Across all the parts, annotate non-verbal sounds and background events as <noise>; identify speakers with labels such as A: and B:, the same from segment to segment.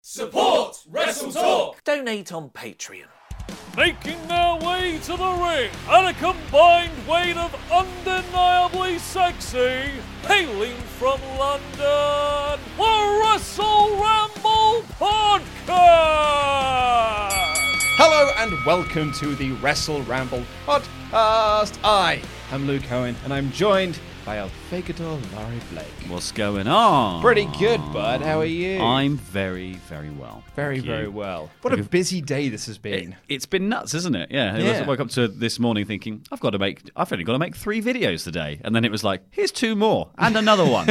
A: Support Wrestle Talk!
B: Donate on Patreon.
A: Making their way to the ring at a combined weight of undeniably sexy, hailing from London, the Wrestle Ramble Podcast!
C: Hello and welcome to the Wrestle Ramble podcast. I am Luke Cohen and I'm joined by El Fagador Laurie Blake.
D: What's going on?
C: Pretty good, bud. How are you?
D: I'm very, very well.
C: very,
D: Thank you.
C: very well. What a
D: Because-
C: busy day this has been.
D: It's been nuts, isn't it? Yeah.
C: Yeah.
D: I woke up to this morning thinking, I've got to make, I've only got to make three videos today. And then it was like, here's two more
C: <laughs>
D: and another one.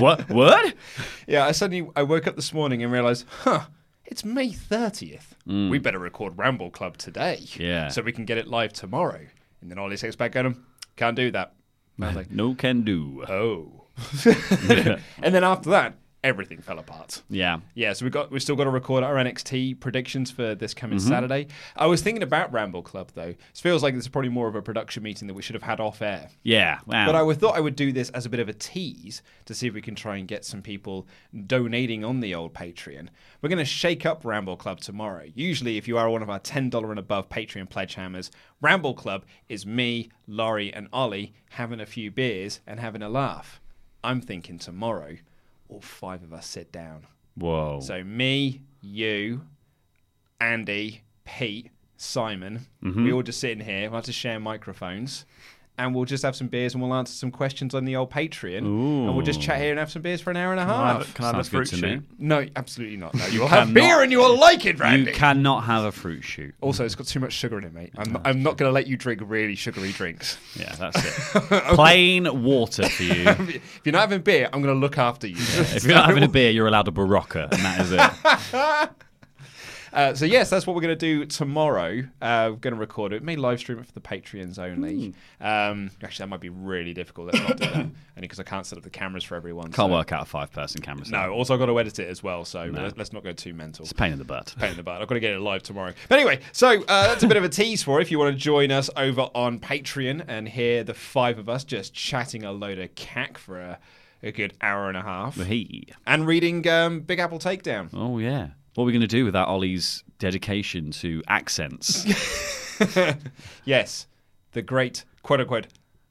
D: What? What?
C: Yeah, I suddenly I woke up this morning and realized, huh, it's May 30th. We better record Ramble Club today.
D: Mm. Yeah.
C: So we can get it live tomorrow. And then Ollie takes back at him, can't do that. And I was like,
D: No can do. <laughs>
C: oh. <laughs> and then after that, everything fell apart.
D: Yeah.
C: Yeah, so we got we've still got to record our NXT predictions for this coming
D: Mm-hmm.
C: Saturday. I was thinking about Ramble Club though. It feels like this is probably more of a production meeting that we should have had off air.
D: Yeah. Wow.
C: But I would, thought I would do this as a bit of a tease to see if we can try and get some people donating on the old Patreon. We're going to shake up Ramble Club tomorrow. Usually, if you are one of our $10 and above Patreon pledge hammers, Ramble Club is me, Laurie, and Ollie having a few beers and having a laugh. I'm thinking tomorrow, all five of us sit down.
D: Whoa.
C: So me, you, Andy, Pete, Simon,
D: Mm-hmm.
C: we all just sit in here. We'll have to share microphones. And we'll just have some beers and we'll answer some questions on the old Patreon. And we'll just chat here and have some beers for an hour and a half.
D: Sounds good to me.
C: No, absolutely not.
D: <laughs>
C: No, you will
D: cannot-
C: have beer and you will like it,
D: You
C: Randy.
D: cannot have a fruit shoot.
C: also, it's got too much sugar in it, mate. I'm, I'm not going to let you drink really sugary drinks. <laughs>
D: Yeah, that's it. Plain water for you.
C: if you're not having beer, I'm going to look after you. <laughs>
D: If you're not having a beer, you're allowed a barocca, and that is it.
C: Uh, so yes, that's what we're going to do tomorrow. Uh, we're going to record it. We may live stream it for the Patreons only.
D: Hmm.
C: Um, actually, that might be really difficult. Let's not do that.
D: <coughs>
C: Only because I can't set up the cameras for everyone.
D: Can't
C: so-
D: work out a five person camera. set.
C: No. Also, I've got to edit it as well. So let's, let's not go too mental.
D: It's a pain in the butt.
C: Pain in the butt. I've got to get it live tomorrow. But anyway, so uh, that's a bit of a tease for if you want to join us over on Patreon and hear the five of us just chatting a load of cack for a, a good hour and a half
D: Hey.
C: and reading um, Big Apple Takedown.
D: Oh yeah. What are we going to do without Ollie's dedication to
C: <laughs>
D: accents?
C: Yes, the great quote unquote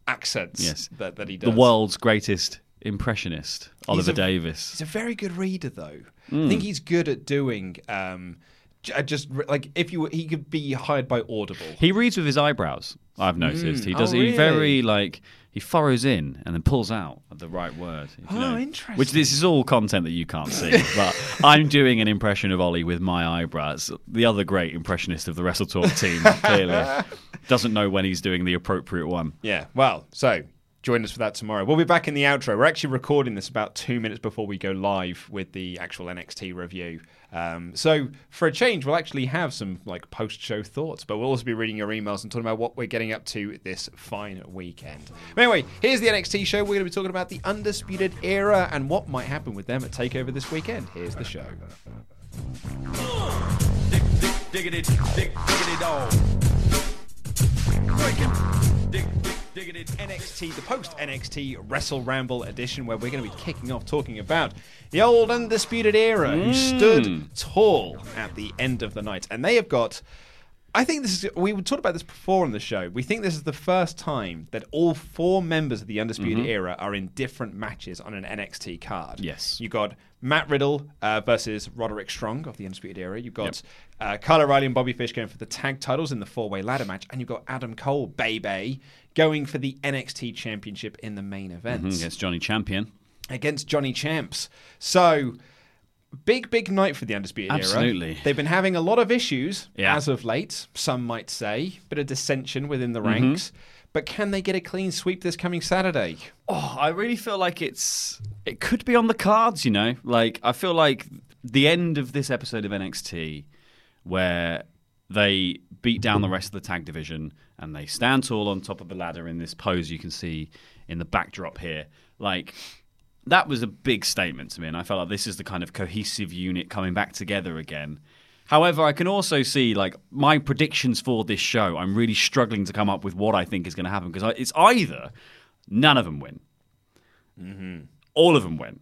C: accents
D: Yes.
C: that, that he does.
D: the world's greatest impressionist, Oliver
C: a-
D: Davis.
C: He's a very good reader, though.
D: Hmm.
C: I think he's good at doing. Um, j- uh, just re- like if you, were, he could be hired by Audible.
D: He reads with his eyebrows. I've noticed. he
C: Oh,
D: does.
C: really?
D: He very like he furrows in and then pulls out the right word. if you
C: Oh,
D: know.
C: interesting.
D: Which this is all content that you
C: <laughs>
D: can't see, but I'm doing an impression of Ollie with my eyebrows. The other great impressionist of the
C: <laughs>
D: Wrestle Talk team, clearly, doesn't know when he's doing the appropriate one.
C: Yeah. Well, so Join us for that tomorrow. We'll be back in the outro. We're actually recording this about two minutes before we go live with the actual NXT review. Um, so for a change, we'll actually have some like post-show thoughts, but we'll also be reading your emails and talking about what we're getting up to this fine weekend. But anyway, here's the NXT show. We're going to be talking about the Undisputed Era and what might happen with them at Takeover this weekend. Here's the show.
B: Dick, dick, diggity, dick, diggity dog. Breaking. Dick, dick, diggity.
C: NXT, the post NXT Wrestle Ramble edition, where we're going to be kicking off talking about the old Undisputed Era, who stood tall at the end of the night. And they have got, I think this is, we talked about this before on the show. We think this is the first time that all four members of the Undisputed Era are in different matches on an NXT card.
D: Yes.
C: You got Matt Riddle uh, versus Roderick Strong of the Undisputed Era. You've got uh, Kyle O'Reilly and Bobby Fish going for the tag titles in the four way ladder match. And you've got Adam Cole, Bebe, going for the NXT Championship in the main event
D: Against Johnny Champion.
C: against Johnny Champs. So big, big night for the Undisputed Era.
D: Absolutely.
C: They've been having a lot of issues
D: Yeah.
C: as of late, some might say. Bit of dissension within
D: Mm-hmm.
C: the ranks. But can they get a clean sweep this coming Saturday?
D: Oh, I really feel like it's it could be on the cards, you know. Like I feel like the end of this episode of NXT where they beat down the rest of the tag division and they stand tall on top of the ladder in this pose you can see in the backdrop here. Like that was a big statement to me, and I felt like this is the kind of cohesive unit coming back together again. However, I can also see like my predictions for this show. I'm really struggling to come up with what I think is going to happen because it's either none of them win, all of them win,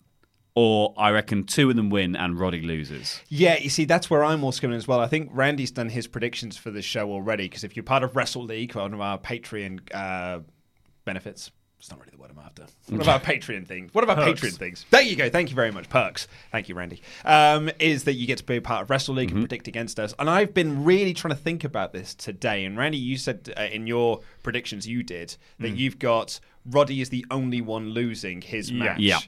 D: or I reckon two of them win and Roddy loses.
C: Yeah, you see, that's where I'm also coming in as well. I think Randy's done his predictions for this show already because if you're part of Wrestle League, one of our Patreon uh, benefits, it's not really the word I'm after. One
D: <laughs>
C: of our Patreon things. One of our Patreon things. There you go. Thank you very much. Perks. Thank you, Randy. Um, is that you get to be a part of Wrestle
D: Mm-hmm.
C: League and predict against us. And I've been really trying to think about this today. And Randy, you said uh, in your predictions you did that you've got Roddy is the only one losing his match.
D: Mm. Yeah.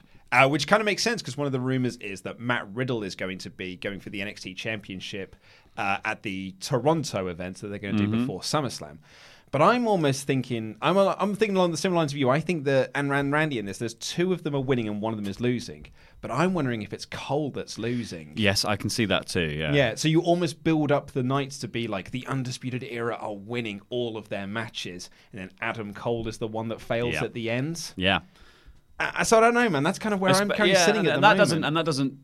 C: Uh, which kind of makes sense because one of the rumors is that Matt Riddle is going to be going for the NXT Championship uh, at the Toronto event that they're going to
D: Mm-hmm.
C: do before SummerSlam. But I'm almost thinking I'm uh, I'm thinking along the similar lines of you. I think that and Ran Randy in this, there's two of them are winning and one of them is losing. But I'm wondering if it's Cole that's losing.
D: Yes, I can see that too. Yeah.
C: Yeah, so you almost build up the Knights to be like the Undisputed Era are winning all of their matches, and then Adam Cole is the one that fails
D: Yeah.
C: at the end.
D: Yeah.
C: Uh, so I don't know, man. That's kind of where I'm
D: Espe-
C: kind of
D: yeah,
C: sitting
D: and,
C: at the
D: and
C: moment.
D: that doesn't and that doesn't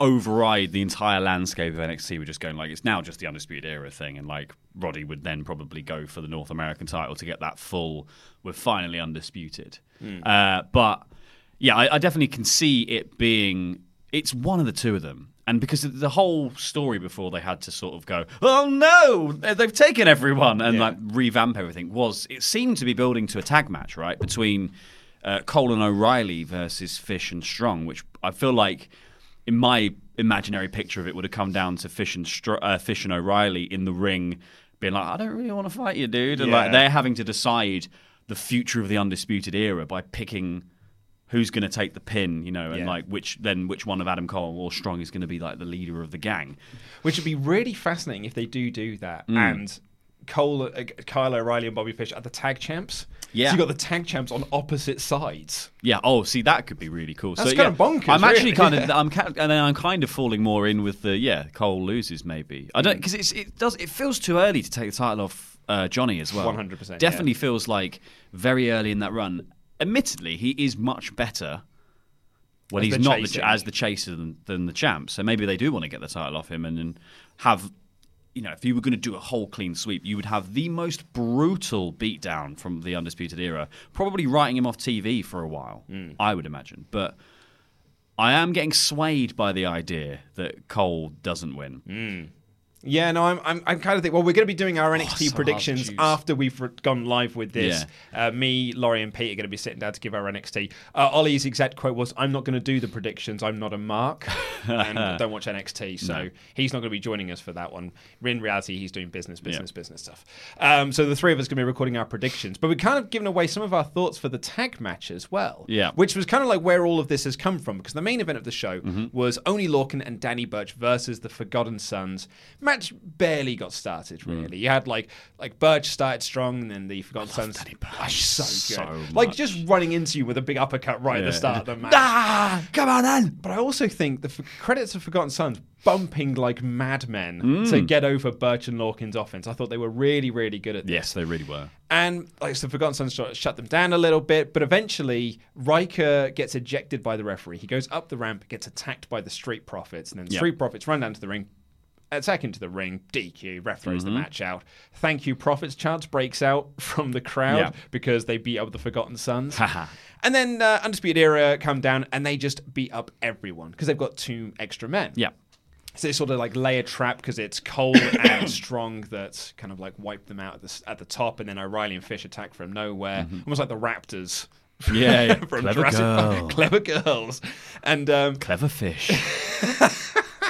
D: override the entire landscape of NXT. We're just going like it's now just the undisputed era thing, and like Roddy would then probably go for the North American title to get that full. We're finally undisputed, uh, but yeah, I, I definitely can see it being it's one of the two of them. And because of the whole story before they had to sort of go, oh no, they- they've taken everyone and like revamp everything was it seemed to be building to a tag match, right? Between uh, Cole and O'Reilly versus Fish and Strong, which I feel like in my imaginary picture of it would have come down to Fish and Str- uh, Fish and O'Reilly in the ring, being like, "I don't really want to fight you, dude," and like they're having to decide the future of the undisputed era by picking who's going to take the pin, you know, and
C: Yeah.
D: like which then which one of Adam Cole or Strong is going to be like the leader of the gang.
C: Which would be really fascinating if they do do that. And Cole, uh, Kyle O'Reilly, and Bobby Fish are the tag champs.
D: Yeah.
C: so you got the tag champs on opposite sides.
D: Yeah. Oh, see, that could be really cool.
C: That's
D: so,
C: kinda
D: yeah,
C: bonkers,
D: I'm actually
C: really. <laughs>
D: kind of, I'm, ca- and then I'm kind of falling more in with the yeah, Cole loses maybe. I don't
C: Mm.
D: because it's it does it feels too early to take the title off uh, Johnny as well.
C: 100%, yeah.
D: Definitely feels like very early in that run. Admittedly, he is much better when
C: As
D: he's
C: the
D: not the,
C: chaser.
D: ch- as the chaser than, than the champ. So maybe they do want to get the title off him and, and have. You know, if you were going to do a whole clean sweep, you would have the most brutal beatdown from the Undisputed Era, probably writing him off TV for a while,
C: Hmm.
D: I would imagine. But I am getting swayed by the idea that Cole doesn't win.
C: Hmm. Yeah, no, I'm, I'm, I'm kind of thinking. Well, we're going to be doing our
D: Oh, so
C: NXT
D: hard to
C: predictions
D: choose.
C: after we've re- gone live with this. Uh, me, Laurie, and Pete are going to be sitting down to give our NXT. Uh, Ollie's exact quote was, "I'm not going to do the predictions. I'm not a
D: <laughs>
C: mark, and I don't watch NXT, so he's not going to be joining us for that one." In reality, he's doing business, business, business stuff. Um, so the three of us are going to be recording our predictions, but we're kind of giving away some of our thoughts for the tag match as well.
D: Yeah.
C: which was kind of like where all of this has
D: Mm-hmm.
C: come from because the main event of the show was Oni Lorcan and Danny Burch versus the Forgotten Sons. match barely got started.
D: Mm.
C: Really, you had like like Birch started strong, and then the Forgotten Sons. Danny Birch so good,
D: so
C: like
D: much.
C: just running into you with a big uppercut right at
D: Yeah.
C: the start of the match. <laughs> Ah, come on then! But I also think the f- credits of Forgotten Sons bumping like madmen
D: Mm.
C: to get over Birch and Lawkins' offense. I thought they were really, really good at this.
D: Yes, they really were.
C: And like so, Forgotten Sons sort of shut them down a little bit, but eventually Riker gets ejected by the referee. He goes up the ramp, gets attacked by the Street Profits, and then the
D: Yeah.
C: Street Profits run down to the ring, attack into the ring, DQ, ref throws
D: Mm-hmm.
C: the match out. Thank you, Profits. Chance breaks out <laughs> from the crowd
D: Yeah.
C: because they beat up the Forgotten Sons. and then uh, Undisputed Era come down and they just beat up everyone because they've got two extra men. <laughs>
D: Yeah.
C: So they sort of like lay a trap because it's cold and strong that kind of like wipe them out at the, s- at the top, and then O'Reilly and Fish attack from nowhere, almost like the Raptors.
D: Yeah, yeah.
C: from
D: Clever
C: Jurassic Park.
D: girl.
C: <laughs> Clever girls, and um,
D: Clever fish.
C: <laughs>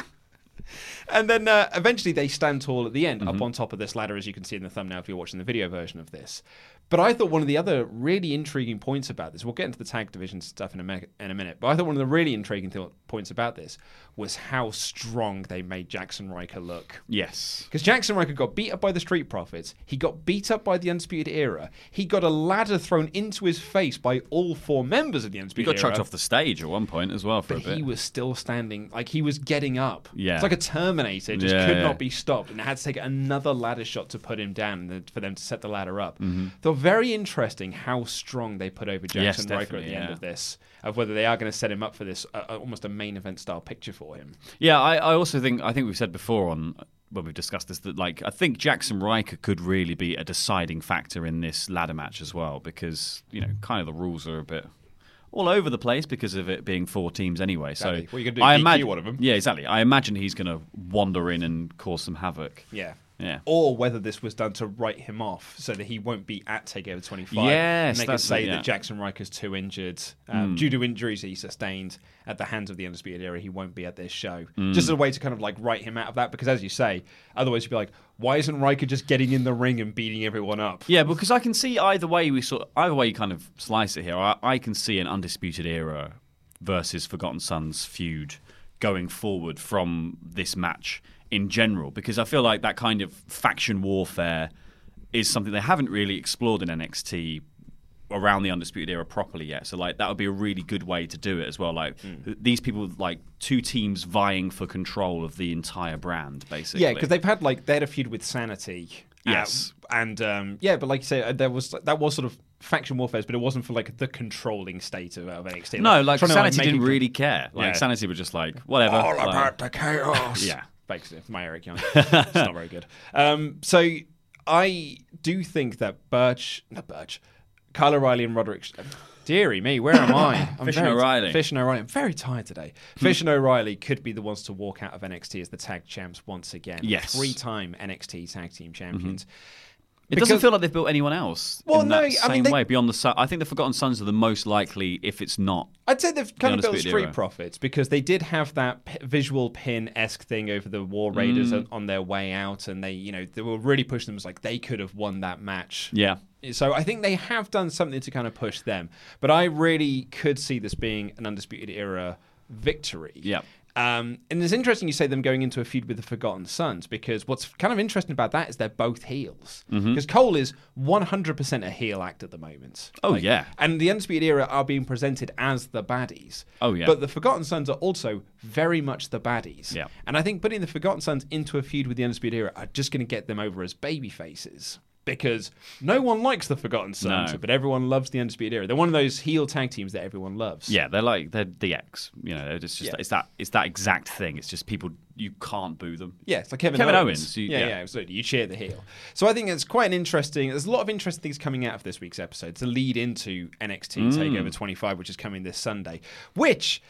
C: and then uh, eventually they stand tall at the end, up on top of this ladder, as you can see in the thumbnail if you're watching the video version of this. But I thought one of the other really intriguing points about this, we'll get into the tag division stuff in a, me- in a minute, but I thought one of the really intriguing th- points about this was how strong they made Jackson Riker look.
D: yes.
C: Because Jackson Riker got beat up by the Street Profits. He got beat up by the Undisputed Era. He got a ladder thrown into his face by all four members of the
D: He
C: Undisputed
D: got
C: Era.
D: chucked off the stage at one point as well for
C: but
D: a bit.
C: he was still standing. Like he was getting up.
D: Yeah.
C: It's like a Terminator. Just
D: Yeah,
C: could
D: yeah.
C: not be stopped. And it had to take another ladder shot to put him down and then for them to set the ladder up. They're very interesting how strong they put over
D: Mm-hmm. Yes,
C: Jackson Riker at the
D: definitely,
C: end
D: yeah.
C: of this, of whether they are going to set him up for this uh, uh, almost a main event style picture for him.
D: Yeah, I, I also think I think we've said before on when we've discussed this that like I think Jackson Riker could really be a deciding factor in this ladder match as well because you know kind of the rules are a bit all over the place because of it being four teams anyway.
C: Exactly.
D: So
C: What are you gonna do, DQ one of 'em?
D: Yeah, exactly. I imagine he's going to wander in and cause some havoc.
C: Yeah.
D: Yeah.
C: Or whether this was done to write him off so that he won't be at Takeover 25.
D: Yes,
C: And they could
D: that's
C: say
D: it, yeah. Hmm.
C: that Jackson Riker's too injured um, due to injuries he sustained at the hands of the Undisputed Era. He won't be at this show.
D: Hmm.
C: Just as a way to kind of like write him out of that because, as you say, otherwise you'd be like, why isn't Riker just getting in the ring and beating everyone up?
D: Yeah, because I can see either way we sort either way you kind of slice it here. I, I can see an undisputed era versus Forgotten Sons feud going forward from this match in general because I feel like that kind of faction warfare is something they haven't really explored in NXT around the undisputed era properly yet so like that would be a really good way to do it as well like th- these people like two teams vying for control of the entire brand basically
C: Yeah, because they've had like they had a feud with Sanity. uh,
D: Yes.
C: and um, yeah, but like you say, uh, there was that was sort of faction warfare, but it wasn't for like the controlling state of, of NXT.
D: No, like
C: trying to,
D: Sanity
C: make
D: didn't
C: it-
D: really care. Like
C: Yeah.
D: Sanity were just like whatever.
C: Oh,
D: like-
C: the <laughs> chaos.
D: Yeah.
C: basically, my Eric Young. it's <laughs> not very good. Um, so I do think that Birch, not Birch, Kyle O'Reilly and Roderick. Deary me, where am <coughs> I? I'm
D: Fish and O'Reilly. Hmm.
C: Fish and O'Reilly. I'm very tired today. Fish and O'Reilly could be the ones to walk out of NXT as the tag champs once again.
D: Yes. Mm-hmm.
C: Three-time NXT tag team champions.
D: It
C: Because-
D: doesn't feel like they've built anyone else
C: Well,
D: in
C: no,
D: that
C: I
D: same
C: mean, they-
D: way. Beyond the, Sun- I think the Forgotten Sons are the most likely if it's not.
C: I'd say they've kind of built
D: Undisputed
C: Street
D: Era.
C: Profits because they did have that p- visual pin esque thing over the War Raiders on, on their way out, and they, you know, they were really pushing them as like they could have won that match.
D: Yeah.
C: So I think they have done something to kind of push them, but I really could see this being an undisputed era victory.
D: Yeah.
C: Um, and it's interesting you say them going into a feud with the Forgotten Sons because what's kind of interesting about that is they're both heels because
D: Mm-hmm.
C: Cole is 100% a heel act at the moment.
D: Oh, yeah.
C: And the Undisputed Era are being presented as the baddies.
D: Oh, yeah.
C: But the Forgotten Sons are also very much the baddies.
D: Yeah.
C: And I think putting the Forgotten Sons into a feud with the Undisputed Era are just going to get them over as baby faces. Because no one likes the Forgotten Sons,
D: No.
C: but everyone loves the Undisputed Era. They're one of those heel tag teams that everyone loves.
D: Yeah, they're like they're the X. You know, it's just
C: Yeah.
D: it's that it's that exact thing. It's just people you can't boo them.
C: Yeah, it's like Kevin,
D: Kevin
C: Owens.
D: Owens, you-
C: yeah, yeah,
D: yeah.
C: absolutely. You cheer the heel. So I think it's quite an interesting. There's a lot of interesting things coming out of this week's episode to lead into
D: Mm.
C: NXT Takeover 25, which is coming this Sunday. Which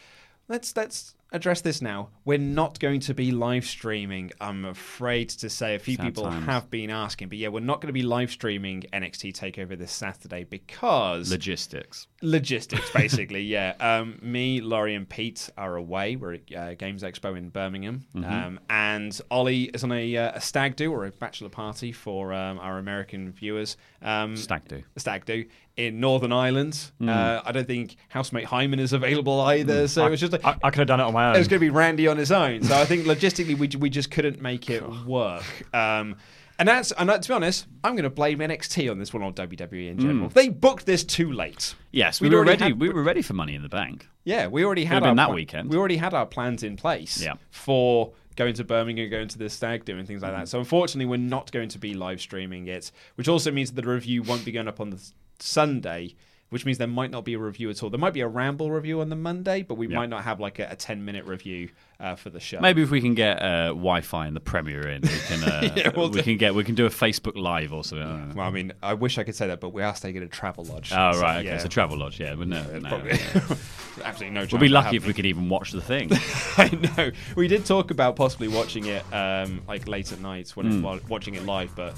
C: let's let's address this now. We're not going to be live streaming. I'm afraid to say a few
D: Sad
C: people
D: times.
C: have been asking, but yeah, we're not going to be live streaming NXT Takeover this Saturday because
D: Logistics.
C: logistics basically yeah um, me laurie and pete are away we're at uh, games expo in birmingham
E: Mm-hmm.
C: um, and ollie is on a, uh, a stag do or a bachelor party for um, our american viewers um,
D: Stag do.
C: stag do in northern ireland
E: Mm.
C: uh, i don't think housemate hyman is available either so it's just like,
E: I, I could have done it on my own.
C: it was going to be Randy on his own. So I think logistically, we, we just couldn't make it work. Um, and that's and that, to be honest, I'm going to blame NXT on this one or WWE in general. They booked this too late.
D: Mm. Yes, we
C: We'd
D: were
C: already
D: ready.
C: had-
D: we were ready for Money in the Bank.
C: Yeah, we already had
D: have
C: our
D: been that
C: pla-
D: weekend.
C: We already had our plans in place.
D: Yeah.
C: for going to Birmingham, going to this stag do, and things
D: Mm-hmm.
C: like that. So unfortunately, we're not going to be live streaming it, which also means that the review won't be going up on the s- Sunday. Which means there might not be a review at all. There might be a ramble review on the Monday, but we might not have like a, a ten-minute review uh, for the show.
D: Maybe if we can get uh, Wi-Fi in the premiere in, we can uh,
C: <laughs> Yeah, we'll
D: we
C: do-
D: can get we can do a Facebook Live or something. I don't know.
C: Well, I mean, I wish I could say that, but we are staying at a travel lodge.
D: Oh
C: So,
D: right, okay,
C: yeah.
D: it's a travel lodge, yeah. But no, no.
C: Probably- <laughs> absolutely no.
D: We'll be lucky if we could even watch
C: <laughs>
D: the thing.
C: I know. We did talk about possibly watching it um, like late at night when it's
D: Hmm.
C: li- watching it live, but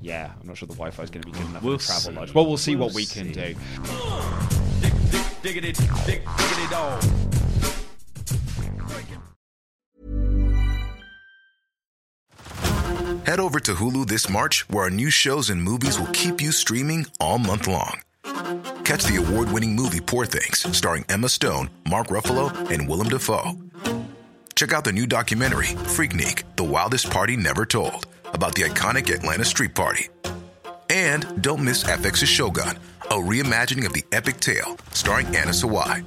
C: yeah, I'm not sure the Wi-Fi is going to be good enough
D: We'll
C: for a travel
D: see.
C: lodge. Well, we'll see what
D: We'll
C: we can
D: see.
C: do.
B: Dig, dig, diggity, dig, diggity dog.
F: Head over to Hulu this March, where our new shows and movies will keep you streaming all month long. Catch the award winning movie Poor Things, starring Emma Stone, Mark Ruffalo, and Willem Dafoe. Check out the new documentary, Freaknik The Wildest Party Never Told, about the iconic Atlanta Street Party. And don't miss FX's Shogun, a reimagining of the epic tale, starring Anna Sawai.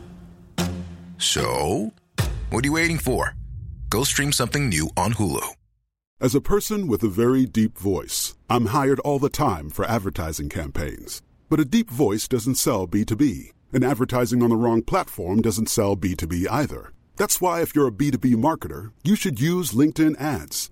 F: So, what are you waiting for? Go stream something new on Hulu.
G: As a person with a very deep voice, I'm hired all the time for advertising campaigns. But a deep voice doesn't sell B2B, and advertising on the wrong platform doesn't sell B2B either. That's why, if you're a B2B marketer, you should use LinkedIn ads.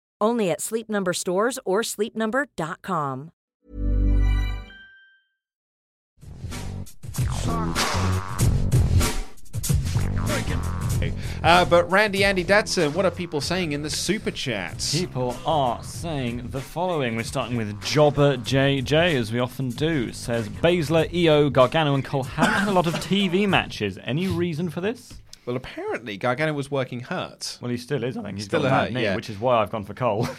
H: Only at Sleep Number stores or sleepnumber.com.
C: Uh, but Randy, Andy, Datsun, what are people saying in the super chats?
E: People are saying the following. We're starting with Jobber JJ, as we often do. Says Baszler, EO, Gargano, and Cole haven't had a lot of TV matches. Any reason for this?
C: Well, apparently Gargano was working hurt.
E: Well, he still is, I think. He's
C: Still
E: got a
C: hurt,
E: mad knee,
C: yeah.
E: which is why I've gone for Cole. <laughs>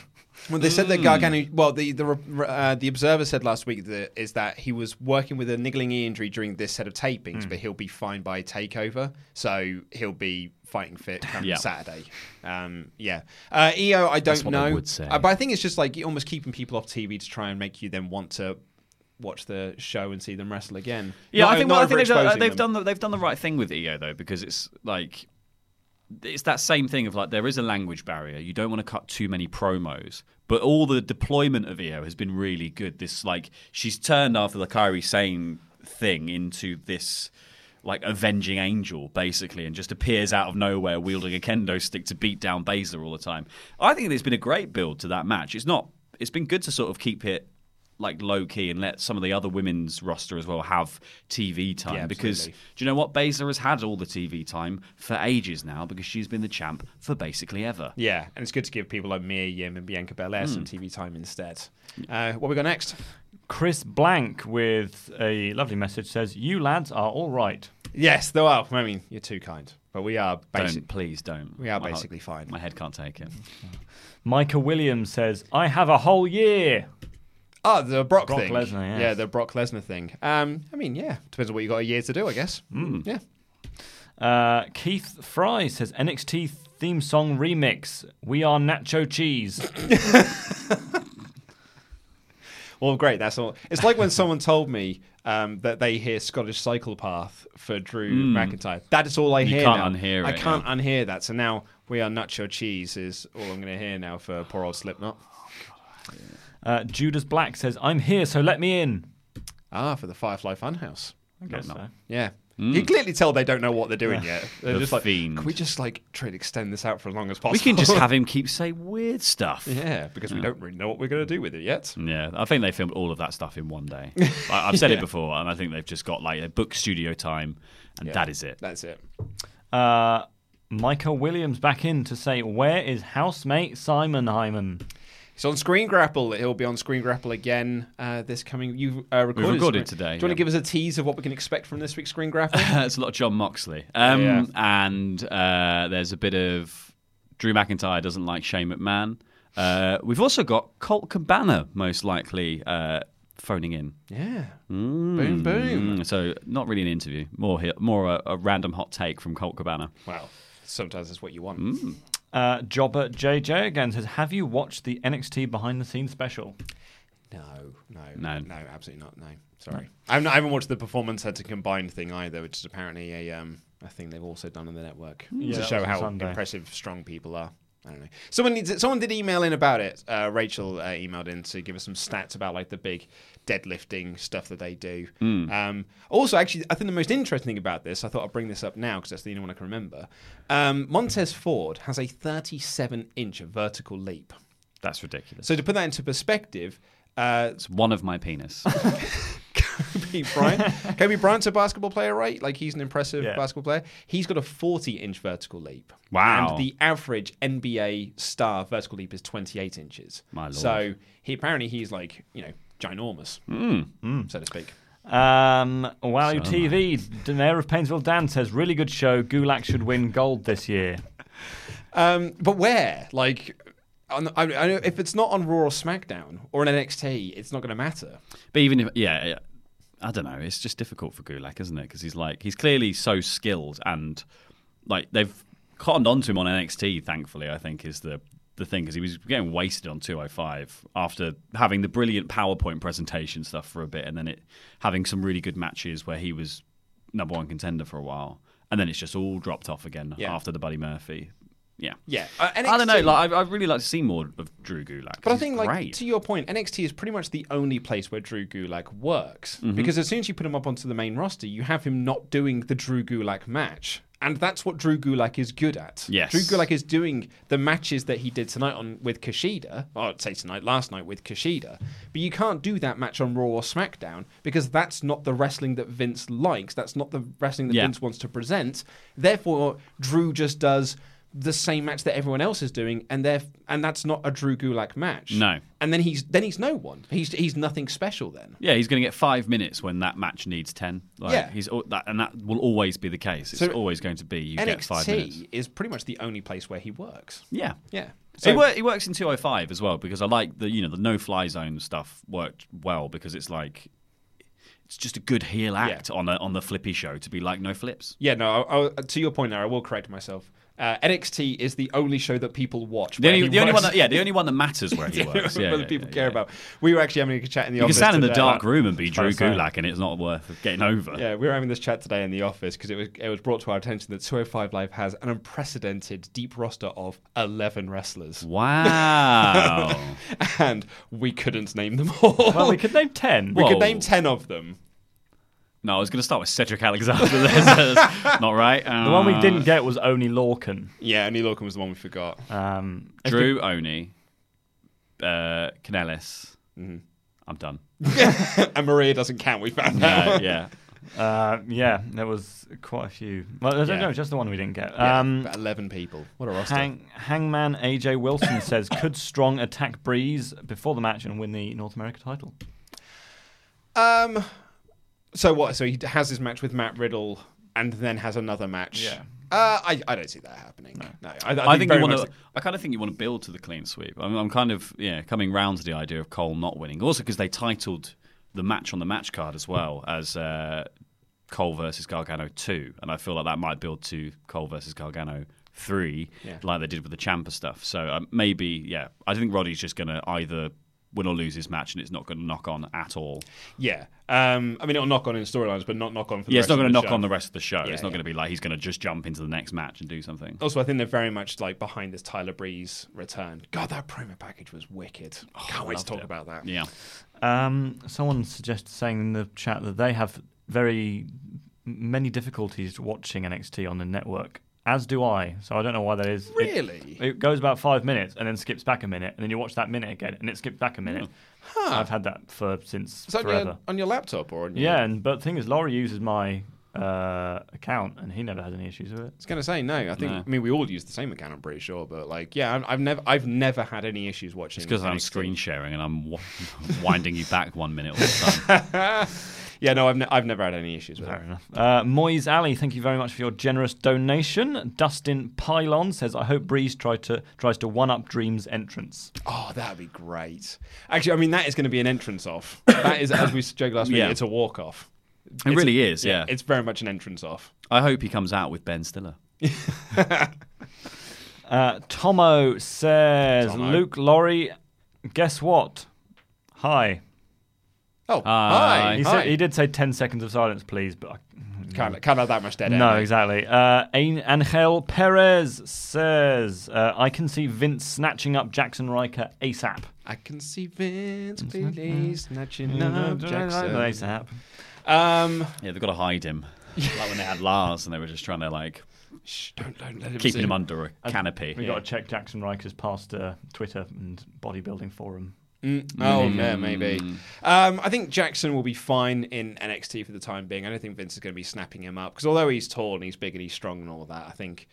C: Well, they said that Gargano.
D: Hmm.
C: Well, the the re- uh, the Observer said last week that is that he was working with a niggling ear injury during this set of
D: Hmm.
C: tapings, but he'll be fine by takeover, so he'll be fighting fit come
D: Yeah.
C: Saturday. Um, yeah, uh, EO, I don't
D: That's what
C: know,
D: they would say.
C: Uh, but I think it's just like almost keeping people off TV to try and make you then want to watch the show and see them wrestle again.
D: Yeah,
C: Not-
D: I think,
C: not
D: well, I think they've, done, uh,
C: overexposing
D: they've
C: them.
D: done the, they've done the right thing with EO though because it's like it's that same thing of like there is a language barrier. You don't want to cut too many promos, but all the deployment of EO has been really good. This like she's turned after the Kyrie Sane thing into this like avenging angel basically and just appears out of nowhere wielding a kendo stick to beat down Baszler all the time. I think it's been a great build to that match. It's not it's been good to sort of keep it like low key and let some of the other women's roster as well have TV time
C: Yeah,
D: because do
C: absolutely.
D: you know what Baszler has had all the TV time for ages now because she's been the champ for basically ever.
C: Yeah, and it's good to give people like Mia Yim and Bianca Belair
D: Hmm.
C: some TV time instead. Uh, what we got next?
E: Chris Blank with a lovely message says, "You lads are all right."
C: Yes, though. Well, I mean, you're too kind, but we are
D: Don't,
C: basically.
D: please don't.
C: We are
D: My heart-
C: basically fine.
D: My head
C: <laughs>
D: can't take it.
E: Micah Williams says, "I have a whole year."
C: Oh, the Brock,
E: Brock
C: thing.
E: Lesnar, yes.
C: Yeah, the Brock Lesnar thing. Um, I mean, yeah, depends on what you got a year to do, I guess.
D: Hmm.
C: Yeah.
E: Uh, Keith Fry says, "NXT theme song remix. We are nacho cheese."
C: Well, great. That's all. It's like when someone told me um, that they hear Scottish Cycle Path for Drew McIntyre. That is all I hear
D: Hmm. can't
C: now.
D: unhear
C: I
D: it,
C: can't unhear that. So now we are Nacho Cheese is all I'm going to hear now for poor old Slipknot.
E: Uh, Judas Black says, "I'm here, so let me in."
C: Ah, for the Firefly Funhouse.
E: I guess so.
C: Yeah. You can clearly tell they don't know what they're
D: <laughs>
C: doing yet. They're
D: Hmm. The
C: just like,
D: Fiend.
C: can we just like try to extend this out for as long as possible?
D: We can just have him keep saying weird stuff.
C: yeah, Mm. because we don't really know what we're going to do with it yet.
D: Yeah, I think they filmed all of that stuff in
C: <laughs>
D: one day. I, I've said it before, and I think they've just got like they booked studio time, and that is it. <laughs>
C: That's it.
E: Uh, Michael Williams back in to say, "Where is housemate Simon Hyman?"
C: He's on Screen Grapple. He'll be on Screen Grapple again uh, this coming. You've uh, recorded,
D: recorded
C: Screen- Do
D: today,
C: you want
D: yeah.
C: to give us a tease of what we can expect from this week's Screen <laughs> Grapple?
D: That's a lot of John Moxley, um,
C: Yeah.
D: and uh, there's a bit of Drew McIntyre doesn't like Shane McMahon. Uh, we've also got Colt Cabana most likely uh, phoning in.
C: yeah. Boom, boom.
D: Mm, so not really an interview, more hi- more a, a random hot take from Colt Cabana.
C: Wow. Sometimes that's what you want.
E: Uh, Jobber JJ again says, "Have you watched the NXT behind the scenes special?"
C: No, no,
D: No.
C: no, absolutely not. No, sorry. I've not, I haven't watched the performance had to combine thing either, which is apparently a um a thing they've also done on the network
E: Yeah,
C: to
E: that
C: show
E: was on
C: how
E: Sunday.
C: impressive strong people are. I don't know. Someone needs. Someone did email in about it. Uh, Rachel uh, emailed in to give us some stats about like the big deadlifting stuff that they do.
D: Hmm.
C: Um, also, actually, I think the most interesting thing about this, I thought I'd bring this up now because that's the only one I can remember. Um, Montez Ford has a 37 inch vertical leap.
D: That's ridiculous.
C: So to put that into perspective, uh,
D: It's one of my penis.
C: Kobe Bryant.
D: <laughs>
C: Kobe Bryant's a basketball player, right? Like he's an impressive
E: Yeah.
C: basketball player. He's got a 40 inch vertical leap.
D: Wow.
C: And the average NBA star vertical leap is 28 inches.
D: My lord.
C: So he apparently he's like, you know, ginormous,
D: Hmm.
C: Mm. so to speak.
E: Um, wow, TV. The mayor of Painesville, Dan says, "Really good show. Gulak should win gold this year."
C: Um, but where? Like, on, I, I know if it's not on Raw or SmackDown or an NXT, it's not going to matter.
D: But even if, yeah, yeah, I don't know. It's just difficult for Gulak, isn't it? Because he's like, he's clearly so skilled, and like they've cottoned onto him on NXT. Thankfully, I think is the the thing because he was getting wasted on 205 after having the brilliant PowerPoint presentation stuff for a bit, and then it having some really good matches where he was number one contender for a while, and then it's just all dropped off again
C: Yeah.
D: after the Buddy Murphy. Yeah,
C: Yeah. Uh, NXT,
D: I don't know. Like, I, I'd really like to see more of Drew Gulak.
C: But I
D: 'cause
C: think,
D: he's
C: like
D: great.
C: to your point, NXT is pretty much the only place where Drew Gulak works because as soon as you put him up onto the main roster, you have him not doing the Drew Gulak match, and that's what Drew Gulak is good at.
D: Yes.
C: Drew Gulak is doing the matches that he did tonight on with Kushida. Or I'd say tonight, last night with Kushida. But you can't do that match on Raw or SmackDown because that's not the wrestling that Vince likes. That's not the wrestling that
D: Yeah.
C: Vince wants to present. Therefore, Drew just does the same match that everyone else is doing, and there and that's not a Drew Gulak match.
D: No.
C: And then he's then he's no one. He's he's nothing special then.
D: Yeah, he's going to get five minutes when that match needs ten. Like,
C: Yeah.
D: he's al- that, and that will always be the case. It's
C: So,
D: always going to be you get five minutes.
C: NXT is pretty much the only place where he works.
D: Yeah,
C: Yeah.
D: he, wor- he works in 205 as well because I like the you know the no fly zone stuff worked well because it's like it's just a good heel act on a, on the flippy show to be like no flips.
C: Yeah, no, I, I, to your point there, I will correct myself. Uh, NXT is the only show that people watch.
D: The
C: where
D: only,
C: he
D: the only one
C: works. <laughs>
D: that yeah the only one that matters where he
C: The only
D: works.
C: one
D: Yeah,
C: that
D: yeah,
C: people
D: yeah,
C: care
D: yeah.
C: about. We were actually having a chat in the
D: You can
C: office.
D: stand in the
C: today.
D: dark room and be Drew
E: That's what I'm saying.
D: Gulak, and it's not worth getting over.
C: Yeah, we were having this chat today in the office because it was it was brought to our attention that 205 Live has an unprecedented deep roster of 11 wrestlers, <laughs>
D: Wow.
C: and we couldn't name them all.
E: Well, we could name ten.
C: <laughs> We could
D: Whoa.
C: name 10 of them.
D: No, I was going to start with Cedric Alexander. That's- <laughs> that's not right. Uh,
E: The one we didn't get was only Lorcan.
C: Yeah, only Lorcan was the one we forgot.
E: Um,
D: Uh, Drew Oni, uh, Canellis.
E: Mm-hmm.
D: I'm
E: <laughs>
D: done.
C: and Maria doesn't count. We found out.
D: Uh, yeah.
E: uh, yeah, there was quite a few. Well, I don't
C: Yeah.
E: know, just the one we didn't get.
C: Yeah,
E: Um,
C: about eleven people. What a roster!
E: Hang, hangman AJ
C: <coughs>
E: Wilson says, could Strong attack Breeze before the match and win the North America title?
C: Um, so what? So he has his match with Matt Riddle, and then has another match.
E: Yeah.
C: Uh, I, I don't see that happening. No, I, I think,
D: I think you
C: very
D: want
C: much-
D: to. I kind of think you want to build to the clean sweep. I'm, I'm kind of yeah coming round to the idea of Cole not winning, also because they titled the match on the match card as well as uh, Cole versus Gargano two, and I feel like that might build to Cole versus Gargano three, like they did with the Champa stuff. So uh, maybe yeah, I think Roddy's just going to either win or lose his match, and it's not going to knock on at all.
C: Yeah. Um, I mean, it'll knock on in storylines, but not knock on for the
D: yeah,
C: rest
D: it's not
C: going to
D: knock on the rest of the show.
C: Yeah,
D: it's not
C: yeah.
D: going to be like he's going to just jump into the next match and do something.
C: Also, I think they're very much like behind this Tyler Breeze return. God, that promo package was wicked.
D: Oh,
C: Can't wait to talk about that.
D: Yeah.
E: Um, someone suggested saying in the chat that they have very many difficulties watching NXT on the network, as do I. So I don't know why that is. It-
C: Really?
E: It, goes about five minutes and then skips back a minute, and then you watch that minute again, and it skips back a minute. I've had that for since
C: Hmm. Is that on
E: forever.
C: your, on your laptop or on your...
E: Yeah, and but the thing is, Laurie uses my uh, account, and he never has any issues with it.
C: I was gonna say no. I think I mean we all use the same account. I'm pretty sure, but like yeah, I've, I've never I've never had any issues watching.
D: It's because I'm
C: NXT.
D: screen sharing and I'm w- <laughs> winding you back one minute all the time.
C: Yeah, no, I've ne- I've never had any issues with that.
E: Uh, Moyes Alley, thank you very much for your generous donation. Dustin Pylon says, "I hope Breeze tried to tries to one up Dream's entrance."
C: Oh, that'd be great. Actually, I mean that is going to be an entrance off. That is as
D: <coughs>
C: we joked last week.
D: Yeah.
C: It's a walk off.
D: It really is, yeah.
C: It's very much an entrance off.
D: I hope he comes out with Ben Stiller.
E: Uh, Tomo says,
C: Tomo.
E: "Luke Laurie, guess what? Hi." Uh,
C: Oh,
D: Hi.
C: hi.
E: He,
C: hi.
E: said, he did say ten seconds of silence, please, but I,
C: Can't, can't have that much dead air.
E: no,
C: mate.
E: exactly. Uh, An- Angel Perez says, uh, "I can see Vince snatching up Jackson Riker ASAP."
C: I can see Vince Bailey snatching up Jackson.
E: ASAP.
C: Um,
D: Yeah, they've got to hide <laughs> him. like when they had Lars and they were just trying to like
C: shh, don't, don't let him
D: keeping
C: see.
D: him under a canopy.
E: We got to check Jackson Riker's past uh, Twitter and bodybuilding forum.
C: Oh,
D: Mm.
C: yeah, maybe. Um, I think Jackson will be fine in NXT for the time being. I don't think Vince is going to be snapping him up because although he's tall and he's big and he's strong and all that, I think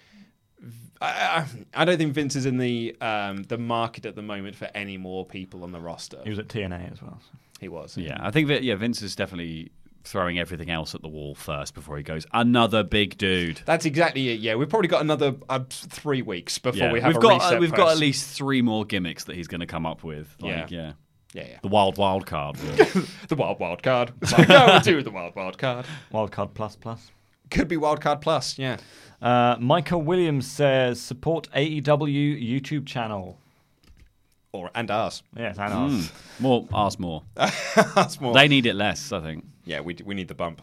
C: I, I I don't think Vince is in the um, the market at the moment for any more people on the roster.
E: He was at TNA as well.
C: He was.
D: Yeah, I think that yeah, Vince is definitely throwing everything else at the wall first before he goes another big dude.
C: That's exactly it. Yeah, we've probably got another uh, three weeks before
D: yeah.
C: we have
D: have
C: a
D: got uh,
C: reset
D: we've got at
C: person.
D: least three more gimmicks that he's going to come up with. Like,
C: Yeah.
D: yeah.
C: yeah, yeah.
D: The wild wild card. will- <laughs>
C: the wild wild card. <laughs> It's like, no, we'll do the wild wild card.
E: Wildcard Plus Plus.
C: Could be wild card plus. Yeah.
E: Uh, Michael Williams says support AEW YouTube channel.
C: Or and ours.
E: Yes, and
C: Hmm.
E: us.
D: Hmm. more ask <laughs> more.
C: That's more.
D: They need it less, I think.
C: yeah, we, we need the
D: <laughs>
C: bump.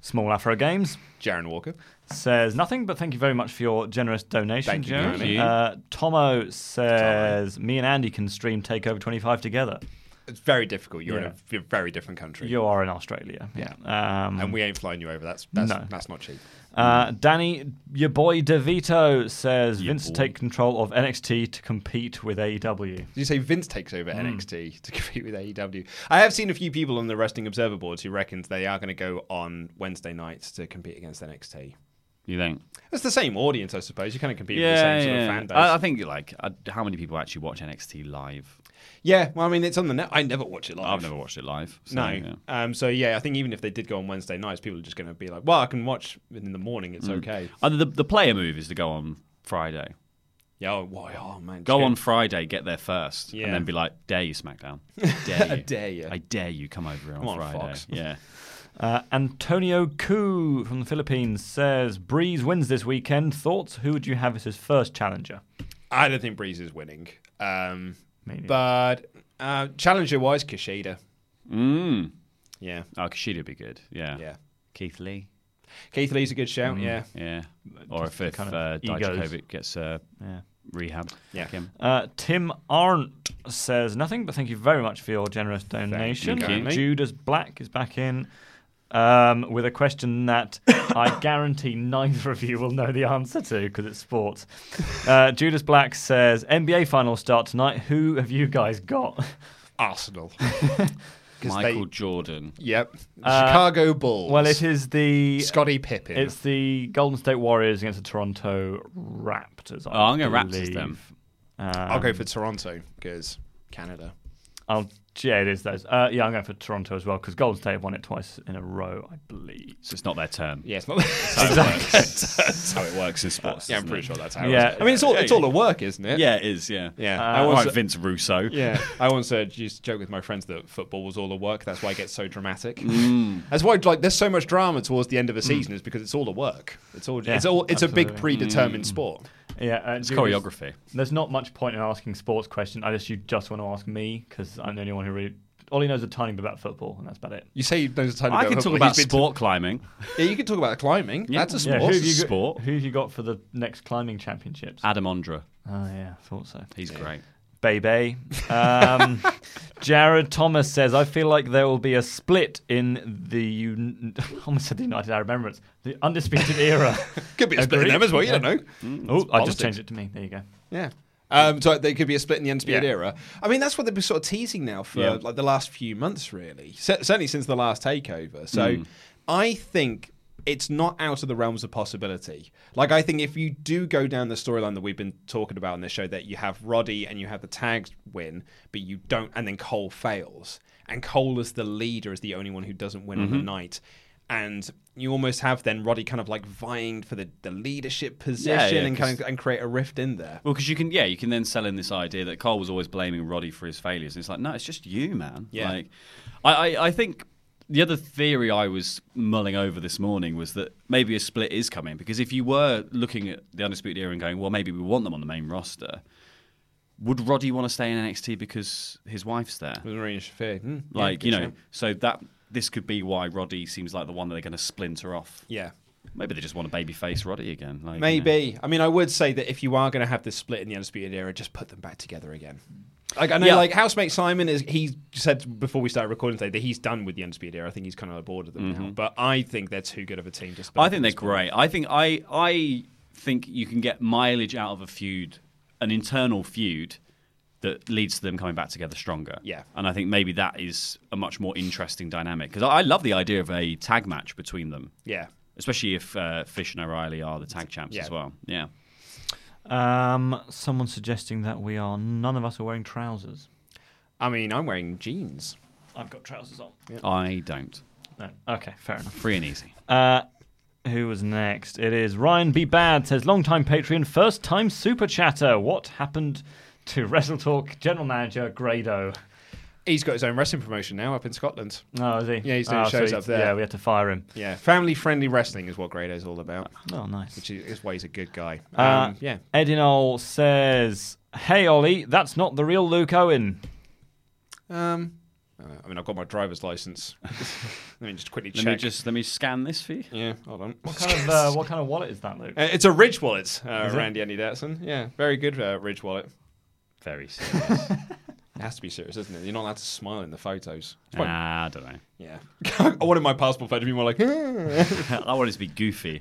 E: Small Afro Games
C: Jaron Walker.
E: says nothing, but thank you very much for your generous donation.
C: Thank you,
E: Jeremy.
C: Jeremy.
E: Uh, Tomo says me and Andy can stream Takeover 25 together.
C: It's very difficult. You're in
E: Yeah.
C: a v- very different country.
E: You are in Australia. Yeah. Um,
C: and we ain't flying you over. That's that's,
E: No.
C: that's not cheap.
E: Uh, Danny, your boy DeVito says Vince
D: boy.
E: take control of NXT to compete with E AEW.
C: Did you say Vince takes
D: Mm.
C: over NXT to <laughs> compete with AEW? I have seen a few people on the Wrestling Observer boards who reckons they are going to go on Wednesday nights to compete against NXT.
D: You think?
C: It's the same audience, I suppose. You kind of compete with the same sort of fan base.
D: I, I think like I, how many people actually watch NXT live?
C: yeah, well, I mean, it's on the net. I never watch it live.
D: I've never watched it live. So,
C: No.
D: yeah.
C: Um, so, yeah, I think even if they did go on Wednesday nights, people are just going to be like, well, I can watch in the morning. It's okay.
D: Uh, the, the player move is to go on Friday.
C: Yeah, oh, why, oh man.
D: Go
C: just
D: on Friday, get there first,
C: Yeah.
D: and then be like, "Dare you, SmackDown?
C: <laughs>
D: Dare you? I
C: dare you.
D: I dare you. Come over here on,
C: Come on,
D: Friday.
C: Fox.
D: Yeah.
E: Uh, Antonio Ku from the Philippines says Breeze wins this weekend. Thoughts? Who would you have as his first challenger?
C: I don't think Breeze is winning. Um,
E: Maybe.
C: But uh, challenger wise, Kushida.
D: Mm.
C: Yeah,
D: Oh, Kushida'd be good. Yeah.
C: yeah.
D: Keith Lee.
C: Keith Lee's a good shout.
E: Mm.
C: Yeah,
D: Yeah. Or if, if
E: kind of
D: uh,
E: egos.
D: Dijakovic gets uh,
E: Yeah.
D: rehab.
C: Yeah.
D: Kim.
E: Uh, Tim Arndt says nothing, but thank you very much for your generous donation.
D: you.
E: Judas Black is back in. um, with a question that I guarantee neither of you will know the answer to because it's sports. Uh, Judas Black says NBA finals start tonight. Who have you guys got? <laughs>
C: Arsenal. 'Cause they-
D: Michael Jordan.
C: Yep.
E: Uh,
C: Chicago Bulls.
E: Well, it is the
C: Scotty Pippen.
E: It's the Golden State Warriors against the Toronto Raptors. I
D: Oh, I'm going Raptors then.
E: believe.
C: I'll
E: Um,
C: go for Toronto because
E: <laughs>
C: Canada.
E: I'll, yeah, it is those. Uh, yeah, I'm going for Toronto as well because Golden State have won it twice in a row, I believe.
D: So it's not their turn.
I: Yeah, it's
C: <laughs>
I: not.
D: Exactly. That's how it works in sports.
I: yeah, I'm
D: isn't
I: pretty
D: it?
I: sure that's how.
E: Yeah.
I: it is. I mean, it's all it's all a work, isn't it?
D: Yeah, it is. Yeah.
I: Yeah.
D: Uh,
I: I was-
D: all right, Vince Russo.
I: Yeah, I once uh, used to joke with my friends that football was all a work. That's why it gets so dramatic.
E: Mm.
C: That's why like there's so much drama towards the end of a season is because it's all a work. It's all it's all it's a big
E: absolutely. Mm.
C: predetermined sport.
E: Yeah, uh, it's
D: Choreography.
E: There's not much point in asking sports questions unless you just want to ask me because I'm the only one who really. Ollie knows a tiny bit about football, and that's about it.
C: You say there's a tiny
D: I
C: bit
D: can
C: of
D: talk
C: football.
D: about
C: He's been to-
D: sport climbing.
C: yeah, you can talk about climbing. That's a
E: Yeah,
C: sport.
E: who have
D: Sports
E: you
D: is
E: got,
D: sport.
E: Who have you got for the next climbing championships?
D: Adam Ondra.
E: oh yeah, I thought so.
D: He's great.
E: Baby.
C: <laughs>
E: Um, Jared Thomas says, I feel like there will be a split in the un- <laughs> I almost said the United Arab Emirates, the undisputed era.
C: <laughs> Could be a split in
E: Agree.
C: them as well. You don't know.
E: oh, I just
C: politics.
E: changed it to me. There you go.
C: Yeah. Um, so there could be a split in the undisputed
E: Yeah.
C: era. I mean, that's what they've been sort of teasing now for
D: Yeah.
C: like the last few months, really. C- certainly since the last takeover. So I think it's not out of the realms of possibility. Like I think if you do go down the storyline that we've been talking about on this show, that you have Roddy and you have the tags win, but you don't, and then Cole fails, and Cole as the leader is the only one who doesn't win on the night. And you almost have then Roddy kind of like vying for the, the leadership position and
D: 'cause-
C: kind of and create a rift in there.
D: Well, because you can, yeah, you can then sell in this idea that Carl was always blaming Roddy for his failures. And it's like, no, it's just you, man.
C: Yeah.
D: Like, I, I, I think the other theory I was mulling over this morning was that maybe a split is coming because if you were looking at the Undisputed Era and going, well, maybe we want them on the main roster, would Roddy want to stay in NXT because his wife's there?
C: With Marina Shafir. Mm, yeah,
D: Like,
C: good
D: you know,
C: shout.
D: so that this could be why Roddy seems like the one that they're going to splinter off.
C: Yeah.
D: Maybe they just want to babyface Roddy again. Like, you know.
C: Maybe. I mean, I would say that if you are going to have this split in the Undisputed Era, just put them back together again. Like, I know,
D: Yeah.
C: like, housemate Simon is, he said before we started recording today that he's done with the Undisputed Era. I think he's kind of bored of them now. But I think they're too good of a team to split.
D: Mm-hmm. I
C: up
D: think
C: at
D: they're
C: this point.
D: great. I think I I think you can get mileage out of a feud, an internal feud that leads to them coming back together stronger.
C: Yeah.
D: And I think maybe that is a much more interesting dynamic because I, I love the idea of a tag match between them,
C: Yeah.
D: especially if uh, Fish and O'Reilly are the tag champs
C: Yeah.
D: as well. Yeah.
E: Um, someone suggesting that we are, none of us are wearing trousers.
C: I mean, I'm wearing jeans.
E: I've got trousers on.
D: I don't.
E: No. Okay, fair enough.
D: Free and easy.
E: Uh, who was next? It is Ryan B. Bad says, long-time Patreon, first-time Super Chatter. What happened to Wrestle Talk general manager Grado?
C: He's got his own wrestling promotion now up in Scotland.
E: Oh, is he?
C: Yeah, he's doing
E: Oh,
C: shows
E: he-
C: up there.
E: Yeah, we had to fire him.
C: Yeah. Family friendly wrestling is what Grado's all about,
E: Oh, nice.
C: which is, is why he's a good guy. Um,
E: Uh,
C: yeah.
E: Edinol says, "Hey Ollie, that's not the real Luke Owen."
C: Um, uh, I mean, I've got my driver's license. <laughs> Let me just quickly
D: Let
C: check.
D: me just let me scan this for you.
C: Yeah, hold on.
E: What kind of
C: <laughs>
E: uh, what kind of wallet is that, Luke?
C: Uh, It's a Ridge wallet, uh, Randy Andy Datson. Yeah, very good uh, Ridge wallet.
D: <laughs> Very serious.
C: It has to be serious, isn't it? You're not allowed to smile in the photos. It's fine.
D: nah, I don't know. <laughs>
C: Yeah. <laughs> I wanted my passport photo to be more like <laughs>
D: I want it to be goofy.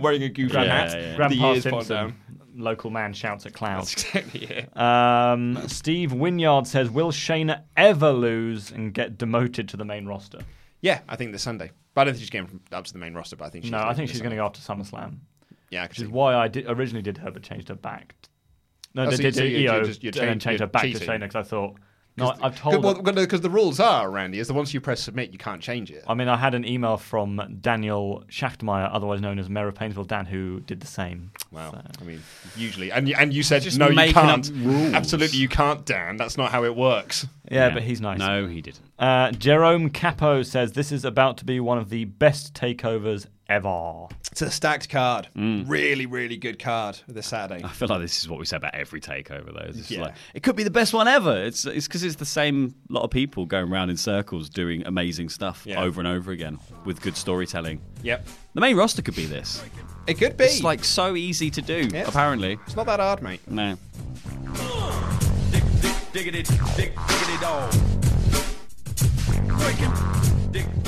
C: wearing a goofy
D: Yeah,
C: hat.
D: yeah, yeah.
C: with the
E: Grandpa
C: ears pulled
E: Simpson,
C: down.
E: local man shouts at clouds.
C: That's exactly it.
E: Um, Steve Winyard says, "Will Shayna ever lose and get demoted to the main roster?"
C: Yeah, I think this Sunday. But I don't think she's going up to the main roster, but I think she's
E: no, I
C: leaving
E: think
C: this
E: she's going to
C: Sunday.
E: go after SummerSlam,
C: Yeah, I can
E: which is
C: see.
E: why I did, originally did her, but changed her back. No,
C: Oh,
E: they
C: so
E: did
C: you-
E: to
C: you- you
E: EO
C: just- you
E: and then
C: changed-
E: changed her
C: you're
E: back to
C: cheating.
E: Shayna because I thought, no, I- I've told.
C: Because
E: her-
C: the rules are, Randy, is that once you press submit, you can't change it.
E: I mean, I had an email from Daniel Schachtmeyer, otherwise known as Mayor of Painesville, Dan, who did the same.
C: Wow.
E: So-
C: I mean, usually. And, you- and you said,
D: Just
C: no, you
D: making up
C: can't.
D: rules.
C: Absolutely, you can't, Dan. That's not how it works.
E: Yeah, but he's nice.
D: No, he didn't.
E: Uh, Jerome Capo says this is about to be one of the best takeovers ever.
C: It's a stacked card.
D: Mm.
C: Really, really good card this Saturday.
D: I feel like this is what we say about every takeover, though. It's just
C: Yeah.
D: like, it could be the best one ever. It's it's because it's the same lot of people going around in circles doing amazing stuff
C: Yeah.
D: over and over again with good storytelling.
C: Yep.
D: The main roster could be this.
C: It could be.
D: It's like so easy to do,
C: Yes.
D: apparently.
C: It's not that hard, mate.
D: No.
J: Dig, dig, diggity, dig, diggity dog. Break it.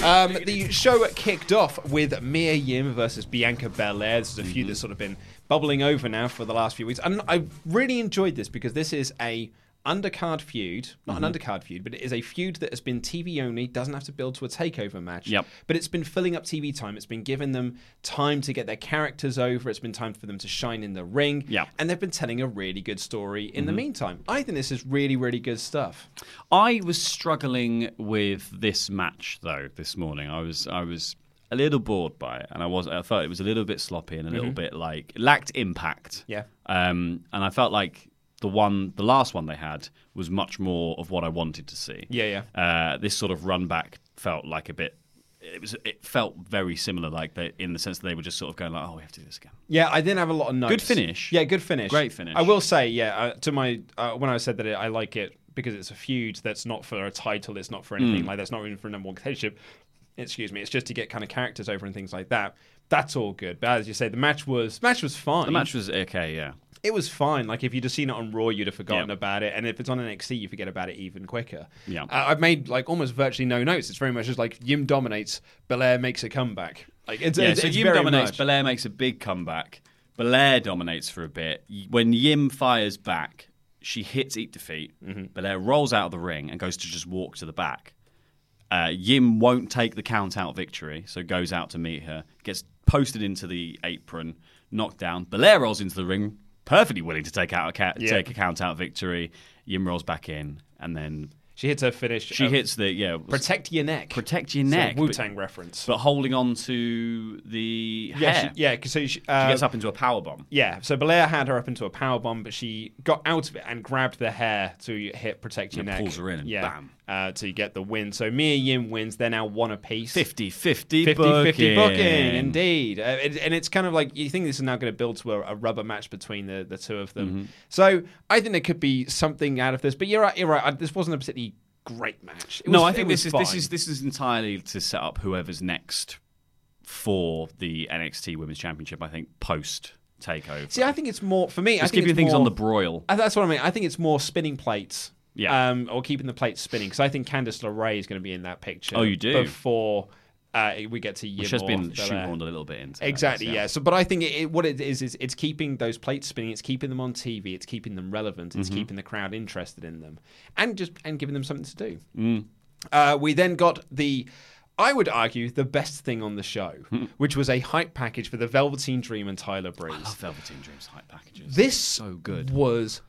C: Um, the show kicked off with Mia Yim versus Bianca Belair. There's a few that's sort of been bubbling over now for the last few weeks, and I really enjoyed this because this is a undercard feud, not an undercard feud, but it is a feud that has been TV only, doesn't have to build to a takeover match.
D: Yep.
C: But it's been filling up TV time. It's been giving them time to get their characters over. It's been time for them to shine in the ring.
D: Yeah.
C: And they've been telling a really good story in the meantime. I think this is really, really good stuff.
D: I was struggling with this match though this morning. I was I was a little bored by it, and I was I felt it was a little bit sloppy and a little bit like it lacked impact.
C: Mm-hmm. Yeah.
D: Um, and I felt like the one the last one they had was much more of what I wanted to see.
C: Yeah,
D: yeah. Uh, this sort of run back felt like a bit. It was. It felt very similar, like they, in the sense that they were just sort of going like, "Oh, we have to do this again."
C: Yeah, I didn't have a lot of notes.
D: Good finish.
C: Yeah, good finish.
D: Great finish.
C: I will say, yeah, uh, to my uh, when I said that it, I like it because it's a feud that's not for a title, it's not for
D: Mm.
C: anything like that's not even for a number one contendership. Excuse me, it's just to get kind of characters over and things like that. That's all good. But as you say, the match was match was fine.
D: The match was okay. Yeah.
C: it was fine. Like if you'd have seen it on Raw, you'd have forgotten
D: Yeah.
C: about it, and if it's on NXT, you forget about it even quicker.
D: Yeah.
C: Uh, I've made like almost virtually no notes. It's very much just like Yim dominates, Belair makes a comeback. Like it's,
D: yeah,
C: it's,
D: so
C: it's
D: Yim
C: very
D: dominates.
C: much-
D: Belair makes a big comeback. Belair dominates for a bit. Y- When Yim fires back, she hits Eat Defeat.
C: Mm-hmm.
D: Belair rolls out of the ring and goes to just walk to the back. Uh, Yim won't take the count out victory, so goes out to meet her, gets posted into the apron, knocked down. Belair rolls into the ring, perfectly willing to take out a ca-
C: Yeah.
D: take a count out victory. Yim rolls back in, and then
C: she hits her finish.
D: she
C: uh,
D: hits the yeah was-
C: Protect your neck.
D: protect your neck but-
C: Wu Tang reference.
D: but holding on to the
C: yeah,
D: hair.
C: she, yeah. 'cause So she,
D: She
C: uh,
D: gets up into a power bomb.
C: Yeah, so Belair had her up into a power bomb, but she got out of it and grabbed the hair to hit protect your
D: Yeah,
C: neck.
D: pulls her in and
C: yeah,
D: bam.
C: uh, to get the win. So Mia Yim wins. They're now one apiece.
D: 50 50
C: 50 50 booking, indeed. Uh, it, and it's kind of like you think this is now going to build to a, a rubber match between the, the two of them.
D: Mm-hmm.
C: So I think there could be something out of this, but you're right, you're right. I- This wasn't a particularly great match. It
D: No,
C: was-
D: I
C: it
D: think
C: was
D: this is this
C: fine.
D: is this is entirely to set up whoever's next for the NXT Women's Championship. I think post takeover.
C: See, I think it's more for me. I
D: Just
C: think
D: keeping
C: it's
D: things on
C: more-
D: the broil.
C: I, that's what I mean. I think it's more spinning plates.
D: Yeah.
C: Um, or keeping the plates spinning because I think Candice LeRae is going to be in that picture.
D: Oh, you do?
C: Before uh, we get to Yim
D: Which has
C: or
D: been
C: Belair.
D: shoehorned a little bit into that,
C: Exactly.
D: yes,
C: Yeah. So, but I think it, it, what it is is it's keeping those plates spinning. It's keeping them on TV. It's keeping them relevant. It's
D: Mm-hmm.
C: keeping the crowd interested in them, and just and giving them something to do.
D: Mm.
C: Uh, we then got the, I would argue, the best thing on the show,
D: Hmm.
C: which was a hype package for the Velveteen Dream and Tyler Breeze.
D: Love Velveteen Dreams hype
C: <laughs>
D: packages.
C: This
D: so good.
C: was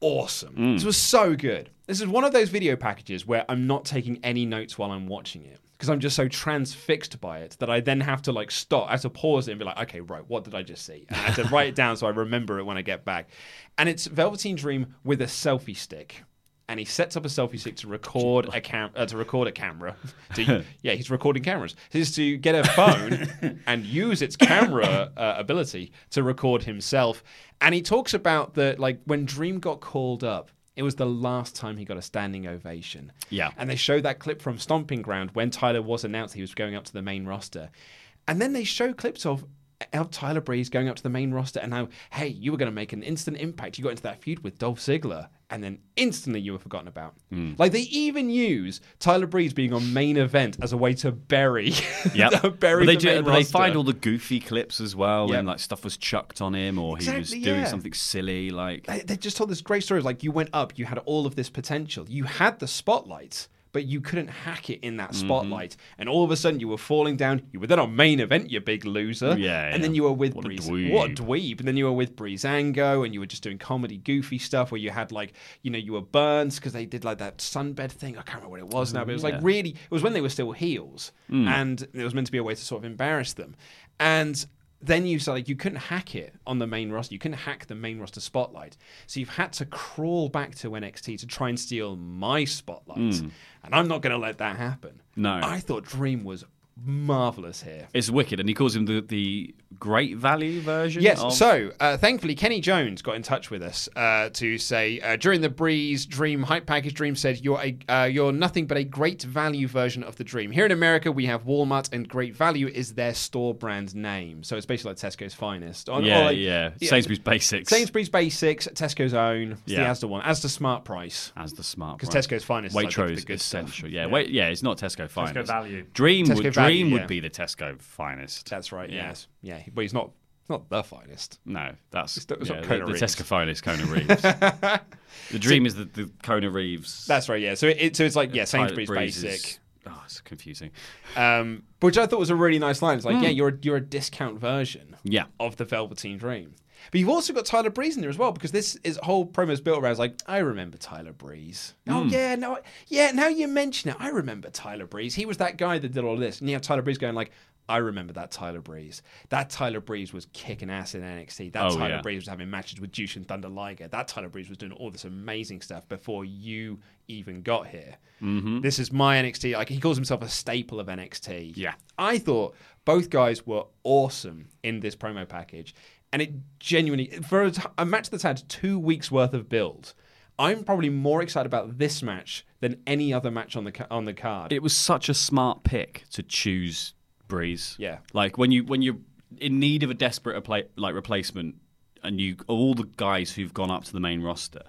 C: awesome. This was so good. This is one of those video packages where I'm not taking any notes while I'm watching it because I'm just so transfixed by it that I then have to like stop, I have to pause it and be like, okay, right, what did I just see? And I have to write it down so I remember it when I get back. And it's Velveteen Dream with a selfie stick. And he sets up a selfie stick to record a cam- uh, to record a camera. <laughs> To, yeah, he's recording cameras. He's to get a phone and use its camera uh, ability to record himself. And he talks about that, like when Dream got called up, it was the last time he got a standing ovation.
D: Yeah.
C: And they show that clip from Stomping Ground when Tyler was announced he was going up to the main roster. And then they show clips of of Tyler Breeze going up to the main roster and how, hey, you were going to make an instant impact. You got into that feud with Dolph Ziggler. And then instantly you were forgotten about.
D: Mm.
C: Like they even use Tyler Breeze being on main event as a way to bury, <laughs>
D: Yep.
C: bury
D: But they
C: the
D: do-
C: main
D: but they
C: roster.
D: find all the goofy clips as well,
C: Yep.
D: and like stuff was chucked on him, or he was
C: Exactly,
D: doing
C: yeah.
D: something silly. Like
C: they, they just told this great story of like you went up, you had all of this potential, you had the spotlight, but you couldn't hack it in
D: Mm-hmm.
C: that spotlight, and all of a sudden you were falling down. You were then on main event, you big loser,
D: Yeah,
C: and
D: yeah.
C: then you were with
D: What a
C: Breeze,
D: dweeb.
C: what a dweeb, and then you were with Breezango, and you were just doing comedy goofy stuff where you had like you know you were Burns because they did like that sunbed thing. I can't remember what it was now, but it was like
D: Mm,
C: really it was when they were still heels, and it was meant to be a way to sort of embarrass them, and then you said like you couldn't hack it on the main roster. You couldn't hack the main roster spotlight. So you've had to crawl back to NXT to try and steal my spotlight. And I'm not going to let that happen.
D: Mm. No.
C: I thought Dream was marvelous here.
D: It's wicked, and he calls him the, the great value version.
C: Yes.
D: of-
C: So, uh, thankfully, Kenny Jones got in touch with us uh, to say uh, during the Breeze Dream hype package, Dream said, "You're a uh, you're nothing but a great value version of the Dream." Here in America, we have Walmart, and Great Value is their store brand name. So it's basically like Tesco's finest. Or- or
D: yeah,
C: like-
D: yeah, Sainsbury's Basics.
C: Sainsbury's Basics, Tesco's own, it's
D: Yeah.
C: the Asda one, Asda Smart Price.
D: as the smart
C: 'Cause
D: price.
C: Tesco's finest is like
D: Waitrose
C: the- the good stuff.
D: essential. Yeah, wait, yeah, it's not Tesco finest.
E: value.
D: Dream
C: Tesco
D: would
C: value,
D: Dream
C: yeah.
D: would be the Tesco finest.
C: That's right.
D: Yeah.
C: Yes. Yeah. But he's not. It's not the finest.
D: no, that's
C: It's not- it's
D: yeah,
C: not
D: the,
C: Kona
D: the
C: Reeves.
D: Tesco finest
C: <laughs>
D: Kona Reeves. the Dream is the, the Kona Reeves.
C: That's right. Yeah. So it, it- so it's like yeah,
D: Tyler
C: Sainsbury's
D: Breeze is-
C: Basic.
D: oh, it's confusing.
C: um, which I thought was a really nice line. It's like, yeah, you're a, you're a discount version
D: Yeah.
C: of the Velveteen Dream. But you've also got Tyler Breeze in there as well because this is whole promo is built around like I remember Tyler Breeze. Oh yeah, no, yeah. Now you mention it, I remember Tyler Breeze. He was that guy that did all this, and you have Tyler Breeze going like, I remember that Tyler Breeze. That Tyler Breeze was kicking ass in NXT. That
D: Oh,
C: Tyler
D: yeah.
C: Breeze was having matches with Jushin Thunder Liger. That Tyler Breeze was doing all this amazing stuff before you even got here. This is my NXT. Like he calls himself a staple of NXT.
D: Yeah.
C: I thought both guys were awesome in this promo package, and it genuinely for a, t- a match that's had two weeks worth of build. I'm probably more excited about this match than any other match on the ca- on the card.
D: It was such a smart pick to choose Breeze.
C: Yeah.
D: Like when you when you're in need of a desperate appla- like replacement, and you all the guys who've gone up to the main roster,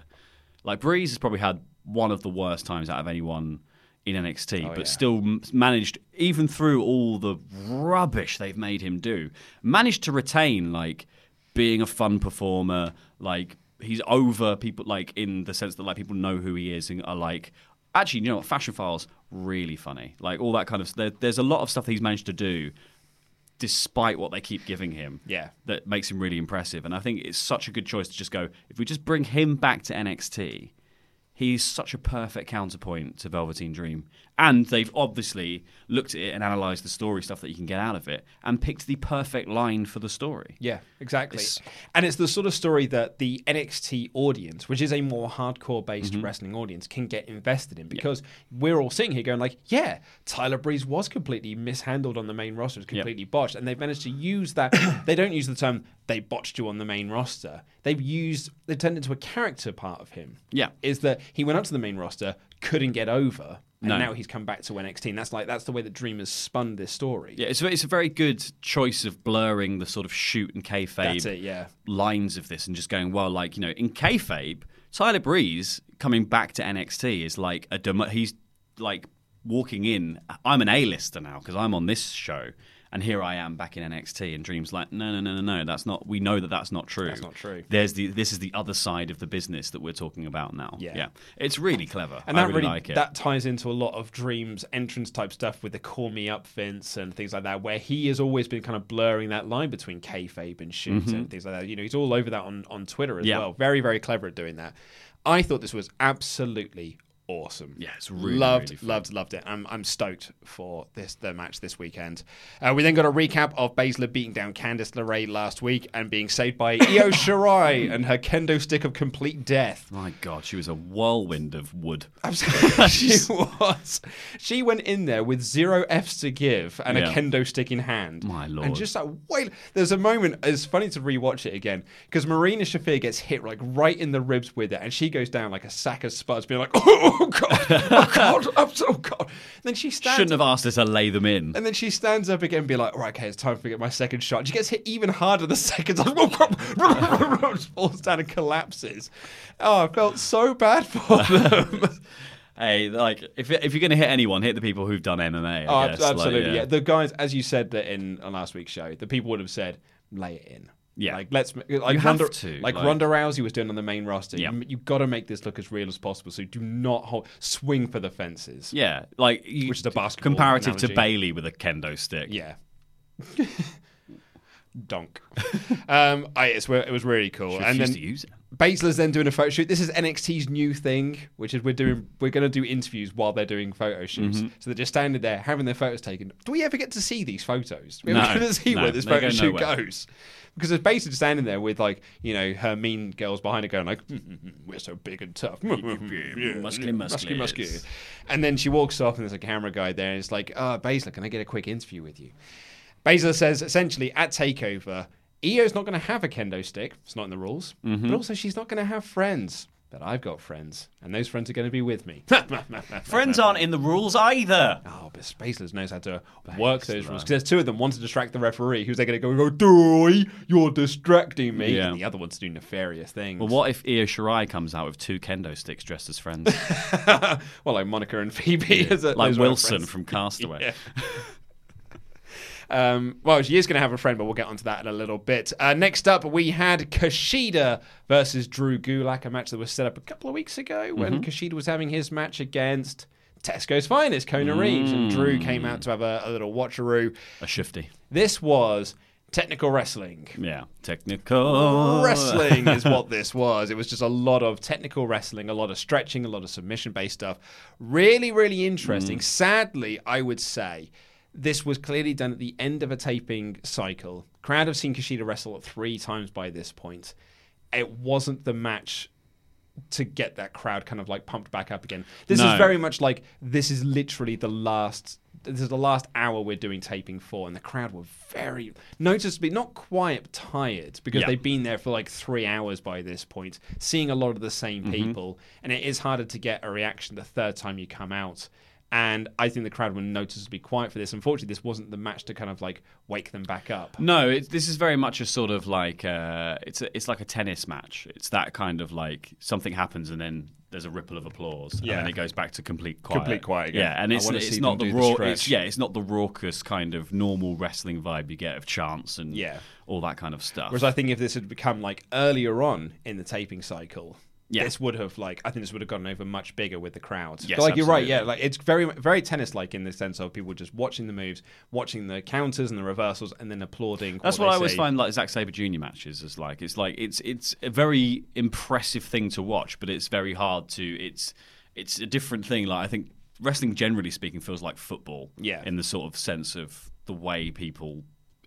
D: like Breeze has probably had one of the worst times out of anyone in NXT, but still m- managed even through all the rubbish they've made him do, managed to retain like being a fun performer, like. He's over people, like in the sense that like people know who he is and are like, actually, you know what? Fashion Files really funny. Like all that kind of. There, there's a lot of stuff that he's managed to do, despite what they keep giving him.
C: Yeah.
D: that makes him really impressive. And I think it's such a good choice to just go. If we just bring him back to NXT, he's such a perfect counterpoint to Velveteen Dream. And they've obviously looked at it and analysed the story stuff that you can get out of it, and picked the perfect line for the story.
C: Yeah, exactly.
D: It's-
C: and it's the sort of story that the NXT audience, which is a more hardcore based
D: Mm-hmm.
C: wrestling audience, can get invested in because we're all sitting here going like, yeah, Tyler Breeze was completely mishandled on the main roster, was completely botched, and they've managed to use that. <coughs> they don't use the term they botched you on the main roster. They've used they turned it into a character part of him.
D: Yeah.
C: Is that he went up to the main roster, couldn't get over, and
D: No.
C: now he's come back to NXT. And that's like that's the way that Dream has spun this story.
D: Yeah, it's a, it's a very good choice of blurring the sort of shoot and kayfabe
C: That's it, yeah.
D: lines of this and just going, well, like, you know, in kayfabe, Tyler Breeze coming back to NXT is like a dem- he's like walking in. I'm an A-lister now because I'm on this show. And here I am back in NXT, and Dream's like, no, no, no, no, no. That's not. We know that that's not true. That's
C: not true.
D: There's the. This is the other side of the business that we're talking about now.
C: Yeah.
D: It's really clever.
C: And
D: I
C: that
D: really,
C: really,
D: like it.
C: that ties into a lot of Dream's entrance type stuff with the "Call Me Up" Vince and things like that, where he has always been kind of blurring that line between kayfabe and shoot and things like that. You know, he's all over that on on Twitter as
D: Mm-hmm. Yeah.
C: well. Very, very clever at doing that. I thought this was absolutely awesome.
D: Yeah, it's really,
C: loved,
D: really fun.
C: loved, loved it. I'm I'm stoked for this the match this weekend. Uh, we then got a recap of Baszler beating down Candice LeRae last week and being saved by
D: <coughs>
C: Io Shirai and her kendo stick of complete death.
D: My God, she was a whirlwind of wood. <laughs>
C: Absolutely. she was. She went in there with zero Fs to give and a
D: Yeah.
C: kendo stick in hand.
D: My
C: And
D: lord.
C: just like, wait. There's a moment, it's funny to rewatch it again, because Marina Shafir gets hit like right in the ribs with it, and she goes down like a sack of spuds, being like, <laughs> oh, oh, God, oh,
D: <laughs>
C: God, oh, so- oh, God. And then she stands.
D: Shouldn't have asked her to lay them in.
C: and then she stands up again and be like, all right, okay, it's time for me to get my second shot. She gets hit even harder the second time. <laughs> Just falls down and collapses. Oh, I felt so bad for
D: <laughs>
C: them.
D: Hey, like if if you're gonna hit anyone, hit the people who've done MMA. I
C: Oh, ab-
D: guess. Like,
C: absolutely. yeah. the guys, as you said that in on last week's show, the people would have said, "Lay it in."
D: Yeah.
C: like let's ma- like
D: have
C: Ronda,
D: to,
C: like,
D: like-
C: Ronda Rousey was doing on the main roster.
D: Yeah.
C: You, have got to make this look as real as possible. So do not hold, swing for the fences.
D: Yeah, like you,
C: Which is the basketball
D: comparative to
C: analogy.
D: Bailey with a kendo stick.
C: yeah. Donk. um, I, it's, re- it was really cool.
D: she
C: and
D: refused
C: then
D: to use it.
C: Baszler's then doing a photo shoot. This is NXT's new thing, which is we're doing we're going to do interviews while they're doing photo shoots.
D: Mm-hmm.
C: So they're just standing there having their photos taken. Do we ever get to see these photos? Do we
D: No,
C: ever get to see
D: no,
C: where this
D: they go
C: photo shoot
D: nowhere.
C: goes? Because there's Baszler just standing there with like you know her mean girls behind her going like, "Mm, mm, mm, "We're so big and tough,
D: Muscly,
C: musky,
D: muscly.
C: musky. And then she walks off, and there's a camera guy there, and it's like, uh, Baszler, can I get a quick interview with you? Baszler says essentially at Takeover, Io's not going to have a kendo stick. It's not in the rules.
D: Mm-hmm.
C: But also, she's not going to have friends. But I've got friends, and those friends are going to be with me.
D: Friends aren't in the rules either.
C: Oh, but Spaceless knows how to work those rules. Because there's two of them. One to distract the referee, who's they're going to go, and go, Doy, you're distracting me.
D: Yeah.
C: And the other one's doing nefarious things.
D: Well, what if Io Shirai comes out with two kendo sticks dressed as friends,
C: <laughs> Well, like Monica and Phoebe. as a,
D: like
C: those were her
D: Wilson
C: friends. <laughs>
D: from Castaway?
C: Um, well, she is going to have a friend, but we'll get onto that in a little bit. Uh, next up, we had Kushida versus Drew Gulak, a match that was set up a couple of weeks ago when
D: Mm-hmm.
C: Kushida was having his match against Tesco's finest, Kona Reeves, and Drew came
D: Mm.
C: out to have a, a little watcheroo.
D: A shifty.
C: This was technical wrestling.
D: Yeah, technical
C: Wrestling is what this was. It was just a lot of technical wrestling, a lot of stretching, a lot of submission based stuff. Really, really interesting. Sadly, I would say this was clearly done at the end of a taping cycle. Crowd have seen Kushida wrestle three times by this point. It wasn't the match to get that crowd kind of like pumped back up again. This
D: No.
C: is very much like this is literally the last. This is the last hour we're doing taping for, and the crowd were very noticeably not quiet, but tired because
D: Yeah.
C: they've been there for like three hours by this point, seeing a lot of the
D: Mm-hmm.
C: same people, and it is harder to get a reaction the third time you come out. And I think the crowd were noticeably quiet for this. Unfortunately, this wasn't the match to kind of like wake them back up.
D: No, it, this is very much a sort of like uh, it's a, it's like a tennis match. It's that kind of like something happens and then there's a ripple of applause and then
C: Yeah.
D: it goes back to complete quiet.
C: Complete quiet again.
D: Yeah, and
C: I
D: it's,
C: wanna
D: it's
C: see
D: not
C: them do
D: the
C: the
D: raw.
C: stretch.
D: it's, yeah, it's not the raucous kind of normal wrestling vibe you get of chants and
C: Yeah.
D: all that kind of stuff.
C: Whereas I think if this had become like earlier on in the taping cycle,
D: Yeah.
C: this would have like I think this would have gotten over much bigger with the crowd.
D: Yes,
C: But, like you're right,
D: absolutely.
C: yeah. Like it's very very tennis like in the sense of people just watching the moves, watching the counters and the reversals, and then applauding.
D: That's
C: what,
D: what
C: they
D: I always
C: say.
D: find like Zack Saber Jr. matches is like. It's like it's it's a very impressive thing to watch, but it's very hard to. It's it's a different thing. Like I think wrestling, generally speaking, feels like football.
C: Yeah.
D: In the sort of sense of the way people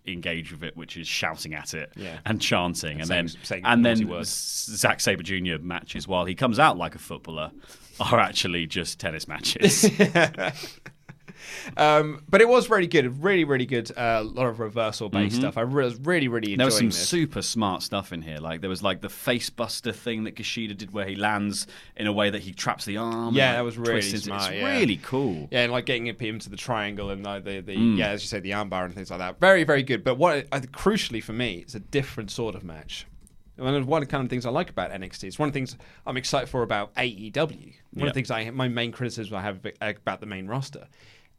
D: engage with it, which is shouting at it
C: Yeah.
D: and chanting, and,
C: saying-
D: then
C: saying
D: and
C: naughty
D: then
C: words.
D: Zack Saber Jr. matches, while he comes out like a footballer, are actually just tennis matches.
C: Um, but it was really good, really really good. A lot of reversal based stuff. I re- was really really enjoying
D: Mm-hmm. There was some
C: this.
D: super smart stuff in here. Like there was like the face buster thing that Kushida did, where he lands in a way that he traps the arm.
C: Yeah,
D: and, like,
C: that was really
D: twists into-
C: smart,
D: It's
C: yeah.
D: really cool. Mm.
C: Yeah, and like getting it into the triangle and like the, the yeah, as you say, the armbar and things like that. Very, very good. But what I, think crucially for me, it's a different sort of match. One of one of the kind of things I like about NXT. It's one of the things I'm excited for about AEW. One of the things I my main criticism I have about the main roster.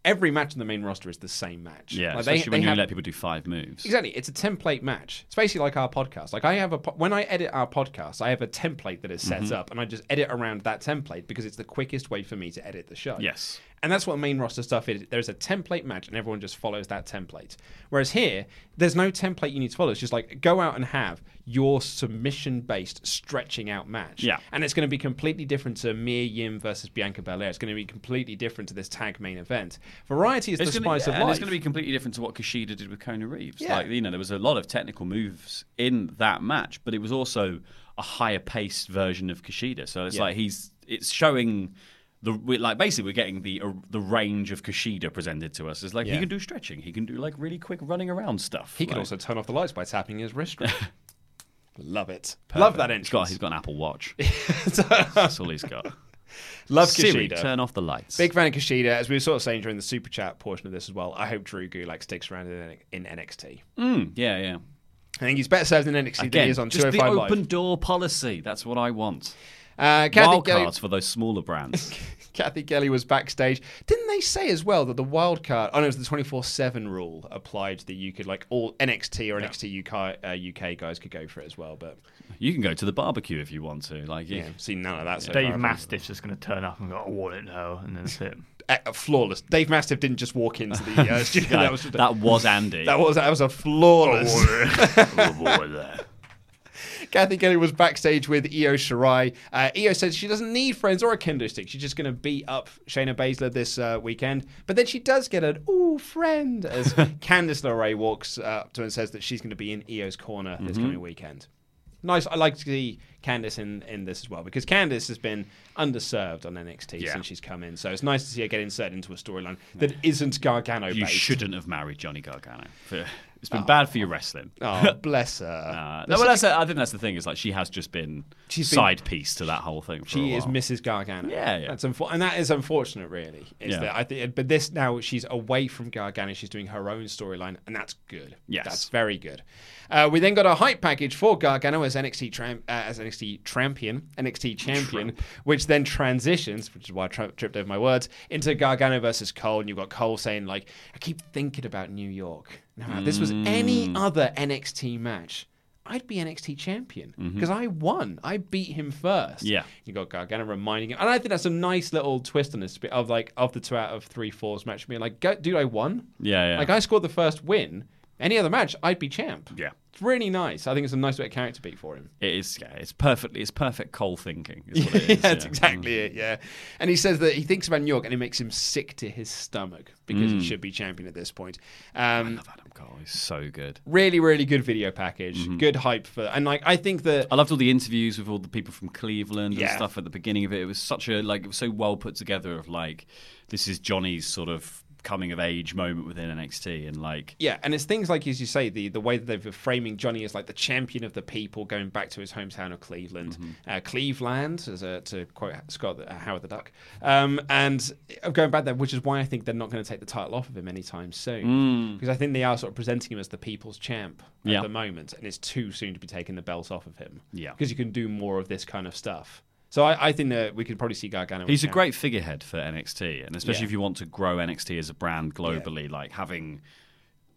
C: Every match on the main roster is the same match. Like,
D: Yeah,
C: they-
D: especially when
C: they
D: you
C: have-
D: let people do five moves.
C: Exactly, it's a template match. It's basically like our podcast. Like I have a po- when I edit our podcast, I have a template that is set
D: Mm-hmm.
C: up, and I just edit around that template because it's the quickest way for me to edit the show.
D: Yes.
C: and that's what main roster stuff is. There's a template match, and everyone just follows that template. Whereas here, there's no template you need to follow. It's just like go out and have your submission-based stretching out match.
D: Yeah.
C: and it's going to be completely different to Mia Yim versus Bianca Belair. It's going to be completely different to this tag main event. Variety is
D: It's
C: the
D: gonna,
C: spice of
D: and
C: life.
D: it's going to be completely different to what Kushida did with Kona Reeves.
C: Yeah.
D: Like you know, there was a lot of technical moves in that match, but it was also a higher paced version of Kushida. So it's like he's it's showing the we like basically we're getting the uh, the range of Kushida presented to us. It's like he
C: Yeah.
D: can do stretching, he can do like really quick running around stuff.
C: He can
D: Like,
C: also turn off the lights by tapping his wrist. string.
D: <laughs>
C: Love it. Love that
D: uh, He's got,
C: entrance.
D: he's got an
C: <laughs>
D: Apple Watch. That's all he's <laughs> got.
C: Love
D: Siri,
C: Kushida.
D: turn off the lights.
C: Big fan of Kushida, as we were sort of saying during the super chat portion of this as well. I hope Drew Gulak sticks around in, in NXT.
D: Mm, yeah, yeah.
C: I think he's better served in NXT than he
D: Again,
C: is on
D: just the
C: 205 Live.
D: open door policy. That's what I want.
C: uh, Kathy,
D: Wild
C: Kelly,
D: cards for those smaller brands.
C: <laughs> Kathy Kelly was backstage. Didn't they say as well that the wild card? Oh no, it was the 24/7 rule applied that you could like all NXT or NXT UK, uh, UK guys could go for it as well. But
D: you can go to the barbecue if you want to. Like,
C: yeah,
D: yeah.
C: I've seen none of that. So far.
E: Dave
C: I've-
E: Mastiff's just going to turn up and go, I want it now, and that's it.
C: uh, flawless. Dave Mastiff didn't just walk into the uh, studio. <laughs> that was just a-
D: that was
C: <laughs>
D: Andy.
C: That was that was a flawless.
D: was.
C: Kathy Kelly was backstage with Io Shirai. Uh, Io says she doesn't need friends or a kendo stick. She's just going to beat up Shayna Baszler this uh, weekend. But then she does get an ooh friend
D: <laughs>
C: as Candice LeRae walks uh, up to her and says that she's going to be in Io's corner this
D: Mm-hmm.
C: coming weekend. Nice. I like to see Candice in, in this as well because Candice has been underserved on NXT
D: Yeah.
C: since she's come in. So it's nice to see her get inserted into a storyline that isn't Gargano
D: You
C: based.
D: shouldn't have married Johnny Gargano. It's been bad for your wrestling. <laughs>
C: Oh, bless her.
D: Uh, no, well, that's I think that's the thing. Is like she has just been
C: She's been-
D: side piece to that whole thing. For
C: She
D: a
C: is
D: while.
C: Mrs. Gargano.
D: Yeah, yeah.
C: That's unfor- and that is unfortunate, really. Is
D: Yeah.
C: that I think, but this now she's away from Gargano. She's doing her own storyline, and that's good.
D: Yes.
C: that's very good. Uh, we then got a hype package for Gargano as NXT tram- uh, as NXT champion, NXT champion, which then transitions, which is why I tri- tripped over my words, into Gargano versus Cole, and you've got Cole saying like, "I keep thinking about New York. Now, if this was
D: Mm.
C: any other NXT match." I'd be NXT champion because I won. I beat him first.
D: Mm-hmm. Yeah.
C: You got Gargano reminding him, and I think that's a nice little twist on this bit of like of the two out of three fours match being like, "Go- dude, I won.
D: Yeah, yeah.
C: Like I scored the first win. Any other match, I'd be champ.
D: Yeah.
C: It's really nice. I think it's a nice bit of character beat for him.
D: It is. Yeah, it's perfectly. It's perfect Cole thinking. Is what it
C: <laughs> yeah,
D: is,
C: <laughs> that's
D: yeah.
C: exactly it. Yeah, and he says that he thinks about New York, and it makes him sick to his stomach because he should be champion at this point. Um,
D: Adam Cole is so good.
C: really, really good video package. Good hype for, and like I think that
D: I loved all the interviews with all the people from Cleveland
C: Yeah.
D: and stuff at the beginning of it. It was such a like it was so well put together of like this is Johnny's sort of coming of age moment within NXT and like
C: Yeah, and it's things like as you say the the way that they've been framing Johnny as like the champion of the people, going back to his hometown of Cleveland,
D: Mm-hmm.
C: uh, Cleveland, as a, to quote Scott uh, Howard the Duck, um, and uh, going back there, which is why I think they're not going to take the title off of him anytime soon, because I think they are sort of presenting him as the people's champ at
D: Mm. Yeah.
C: the moment, and it's too soon to be taking the belt off of him.
D: Yeah.
C: because you can do more of this kind of stuff. So I, I think that we could probably see Gargano. as
D: He's a
C: champ.
D: great figurehead for NXT, and especially
C: Yeah.
D: if you want to grow NXT as a brand globally, like having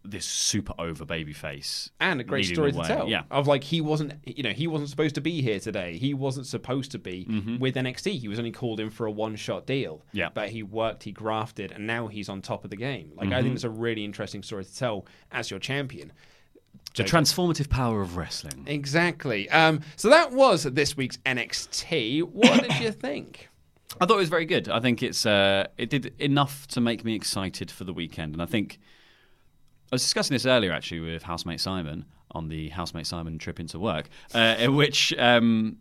D: this super over baby face
C: and a great
D: leading
C: story
D: the
C: to
D: way.
C: tell. Oh,
D: Yeah,
C: Of like he wasn't, you know, he wasn't supposed to be here today. He wasn't supposed to be with NXT. He was only called in for a one-shot deal.
D: Mm-hmm. Yeah.
C: but he worked, he grafted, and now he's on top of the game. Like
D: Mm-hmm.
C: I think it's a really interesting story to tell as your champion.
D: the transformative power of wrestling.
C: Exactly. Um, so that was this week's NXT. What
D: <coughs>
C: did you think?
D: I thought it was very good. I think it's uh, it did enough to make me excited for the weekend, and I think I was discussing this earlier actually with housemate Simon on the housemate Simon trip into work, uh, <laughs> in which um,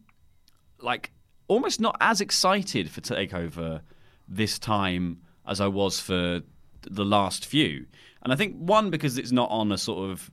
D: like almost not as excited for Takeover this time as I was for the last few, and I think one because it's not on a sort of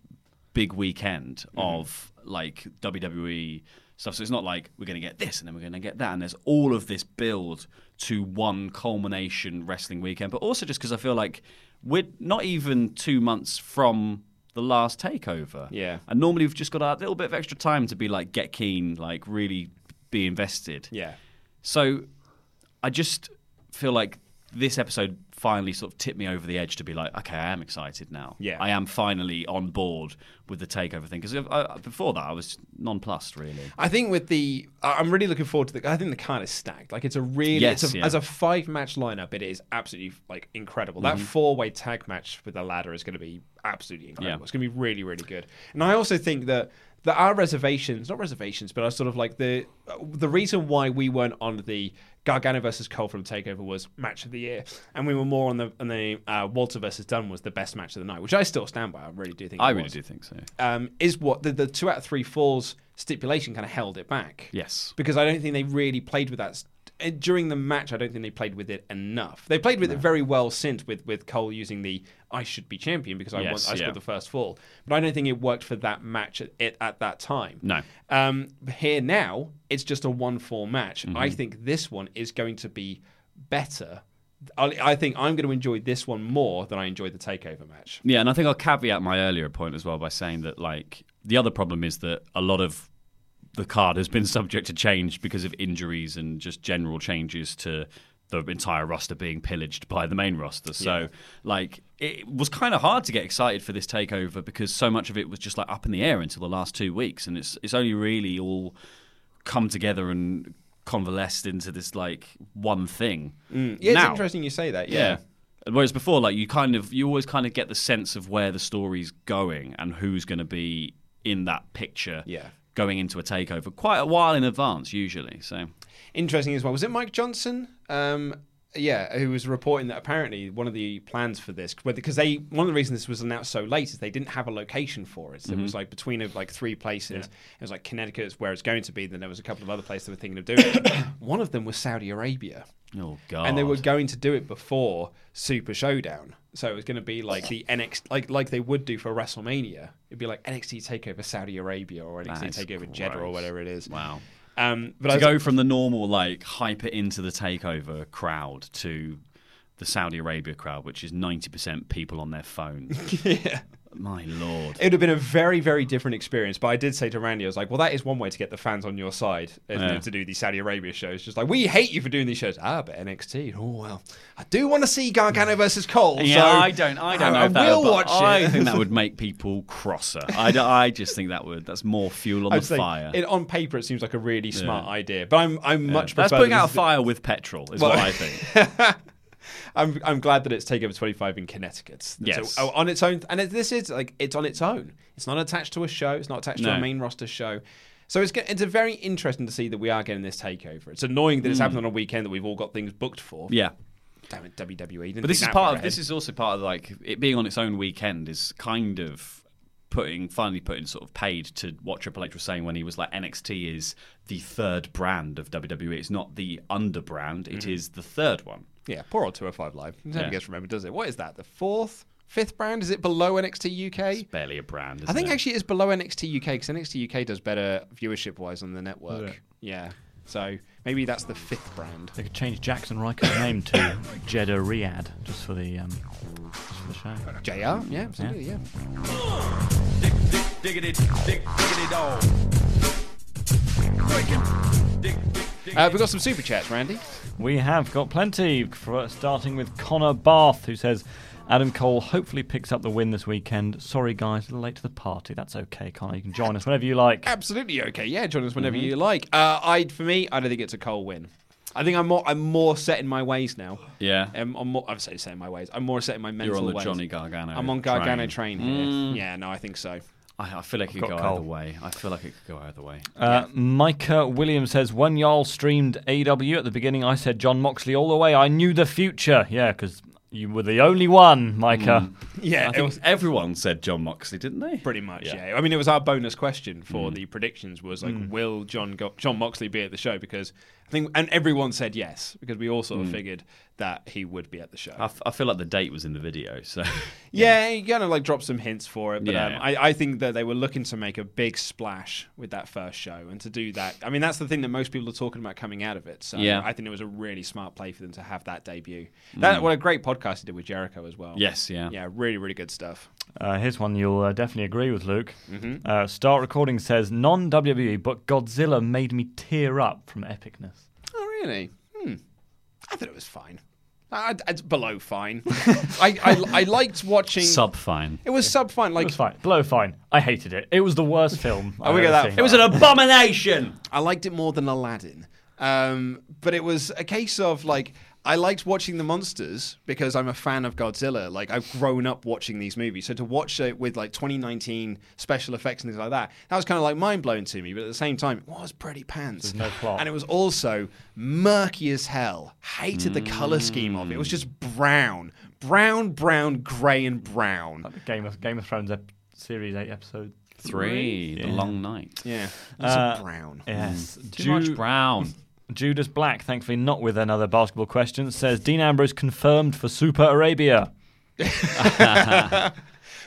D: big weekend of like WWE stuff. So it's not like we're going to get this and then we're going to get that. And there's all of this build to one culmination wrestling weekend. But also just because I feel like we're not even two months from the last takeover.
C: Yeah.
D: And normally we've just got a little bit of extra time to be like, get keen, like really be invested.
C: Yeah.
D: So I just feel like this episode finally sort of tipped me over the edge to be like, okay, I am excited now.
C: Yeah.
D: I am finally on board with the takeover thing. Because before that, I was nonplussed, really.
C: I think with the, I- I'm really looking forward to the. I think the card is stacked. Like it's a really,
D: Yes,
C: it's a,
D: yeah.
C: as a five match lineup, it is absolutely like incredible.
D: Mm-hmm.
C: That four way tag match with the ladder is going to be absolutely incredible.
D: Yeah.
C: It's going to be really, really good. And I also think that that our reservations, not reservations, but our sort of like the uh, the reason why we weren't on the Gargano versus Cole from Takeover was match of the year, and we were more on the on the uh, Walter versus Dunn was the best match of the night, which I still stand by. I really do think.
D: I
C: it
D: really
C: was
D: do think so.
C: um, is what the, the two out of three falls stipulation kind of held it back.
D: Yes.
C: Because I don't think they really played with that. st- uh, During the match, I don't think they played with it enough. They played with it very well since with, with Cole using the I should be champion because I, won,
D: Yes,
C: I
D: yeah.
C: scored the first fall. But I don't think it worked for that match at, it, at that time.
D: No.
C: Um, here now, it's just a one fall match. I
D: Mm-hmm.
C: think this one is going to be better. I, I think I'm going to enjoy this one more than I enjoyed the takeover match.
D: Yeah, and I think I'll caveat my earlier point as well by saying that like the other problem is that a lot of the card has been <laughs> subject to change because of injuries and just general changes to the entire roster being pillaged by the main roster. So like it was kind of hard to get excited for this takeover because so much of it was just like up in the air until the last two weeks, and it's it's only really all come together and convalesced into this like one thing.
C: Mm. Yeah, it's
D: Now-
C: interesting you say that.
D: yeah. Whereas before, like you kind of, you always kind of get the sense of where the story's going and who's going to be in that picture.
C: Yeah.
D: going into a takeover quite a while in advance usually. So
C: Interesting as well. Was it Mike Johnson? Um, yeah, who was reporting that apparently one of the plans for this, because they one of the reasons this was announced so late is they didn't have a location for it. So It was
D: Mm-hmm.
C: like between of like three places. It was like Connecticut is where it's going to be. Then there was a couple of other places they were thinking of doing. it. <coughs> one of them was Saudi Arabia.
D: oh god,
C: and they were going to do it before Super Showdown. So it was going to be like the NXT, like like they would do for WrestleMania. It'd be like NXT Takeover Saudi Arabia or NXT
D: That is
C: Takeover Jeddah or
D: gross.
C: whatever it is.
D: wow.
C: Um, but I
D: to
C: was,
D: go from the normal like hype it into the takeover crowd to the Saudi Arabia crowd, which is ninety percent people on their <laughs> phone. My lord.
C: it would have been a very very different experience. But I did say to Randy, I was like, well, that is one way to get the fans on your side isn't it,
D: Yeah.
C: to do these Saudi Arabia shows. Just like we hate you for doing these shows. Ah, but NXT. Oh well, I do want to see Gargano versus Cole.
D: yeah,
C: so
D: I don't. I don't know.
C: I
D: if that
C: will
D: would-
C: watch
D: I
C: it.
D: think <laughs> that would make people crosser. I, d- I just think that would. That's more <laughs> fuel
C: <laughs>
D: on
C: I'd
D: the
C: say
D: fire.
C: It, on paper, it seems like a really smart idea, but I'm I'm much.
D: That's
C: prefer
D: putting
C: that
D: out a
C: this is-
D: fire with petrol, is
C: Well- <laughs>
D: what I think.
C: I'm I'm glad that it's takeover 25 in Connecticut.
D: Yes.
C: So, oh, on its own, and it, this is like it's on its own. It's not attached to a show. It's not attached to a
D: No.
C: main roster show. So it's go- it's a very interesting to see that we are getting this takeover. It's annoying that it's happened on a weekend that we've all got things booked for.
D: Hmm. Yeah.
C: Damn it, WWE. Didn't
D: But
C: think
D: this is
C: that
D: part
C: far
D: of this
C: ahead.
D: is also part of like it being on its own weekend is kind of putting finally putting sort of paid to what Triple H was saying when he was like NXT is the third brand of WWE. It's not the underbrand.
C: Mm.
D: It is the third one.
C: yeah. Poor old 205 Live. Never
D: Yeah.
C: gets remembered, does it? What is that? The fourth, fifth brand? Is it below NXT UK?
D: It's barely a brand.
C: I
D: isn't
C: think
D: it?
C: actually it's below NXT UK because NXT UK does better viewership wise on the network. yeah. So maybe that's the fifth brand.
E: They could change Jackson Riker's
C: <laughs>
E: name to Jeddah Riyadh just for the um, just for the show.
C: JR? Yeah, absolutely, yeah.
K: diggity, dig, diggity dog. Breaking. Dig, dig, dig.
C: Uh, we've got some super chats, Randy.
E: We have got plenty, for, uh, starting with Connor Barth, who says, Adam Cole hopefully picks up the win this weekend. Sorry, guys, a little late to the party. That's okay, Connor. You can join us whenever you like.
C: Absolutely okay. Yeah, join us whenever you like. Uh, I for me, I don't think it's a Cole win. I think I'm more I'm more set in my ways now.
D: Yeah.
C: Um, I'm more I'm sorry, set in my ways. I'm more set in my mental
D: on the
C: ways.
D: Johnny Gargano
C: I'm on Gargano train,
D: train.
C: here. Yeah, no, I think so.
D: I, I feel like it
E: got
D: could go
E: cold.
D: either way. I feel like it could go either way.
E: Uh, Micah Williams says, When y'all streamed AW at the beginning, I said John Moxley all the way. I knew the future. Yeah, because you were the only one, Micah.
C: Yeah,
D: I
C: it
D: think
C: was
D: everyone said John Moxley, didn't they?
C: pretty much. Yeah. I mean, it was our bonus question
D: Mm.
C: for the predictions was like, will John Go- John Moxley be at the show? Because I think and everyone said yes because we all sort of figured that he would be at the show.
D: Mm. I, f- I feel like the date was in the video,
C: <laughs>
D: so <laughs>
C: Yeah, you kind of like drop some hints for it, but
D: Yeah,
C: um,
D: yeah.
C: I, I think that they were looking to make a big splash with that first show, and to do that, I mean that's the thing that most people are talking about coming out of it. So
D: Yeah.
C: I think it was a really smart play for them to have that debut. That what a great podcast he did with Jericho as well.
D: Mm. Yes, yeah.
C: yeah, really, really good stuff.
E: Uh, here's one you'll uh, definitely agree with, Luke. Uh, Start Recording says, Non WWE, but Godzilla made me tear up from epicness.
C: Oh really? Hmm. I thought it was fine. I, I- it's below fine. I, I I liked watching.
D: sub fine.
C: it was sub fine. Like
E: It was fine. Below fine. I hated it. It was the <laughs> worst film.
C: Oh, we got
E: I've ever
C: that.
E: seen. Uh,
C: It was
D: an abomination.
C: I liked it more than Aladdin. Um, but it was a case of like I liked watching the monsters because I'm a fan of Godzilla. Like I've grown up watching these movies, so to watch it with like 2019 special effects and things like that, that was kind of like mind blowing to me. But at the same time, it was pretty pants.
E: There's no plot.
C: and it was also murky as hell. Hated the color scheme of it. It was just brown, brown, brown, grey, and brown.
E: Game of Game of Thrones ep- series eight episode. Uh,
D: Three, the long night.
C: Yeah, it was brown.
E: Yes,
D: Too
C: <laughs>
D: much brown.
E: Mm. Judas Black, thankfully not with another basketball question, says Dean Ambrose confirmed for Super Arabia.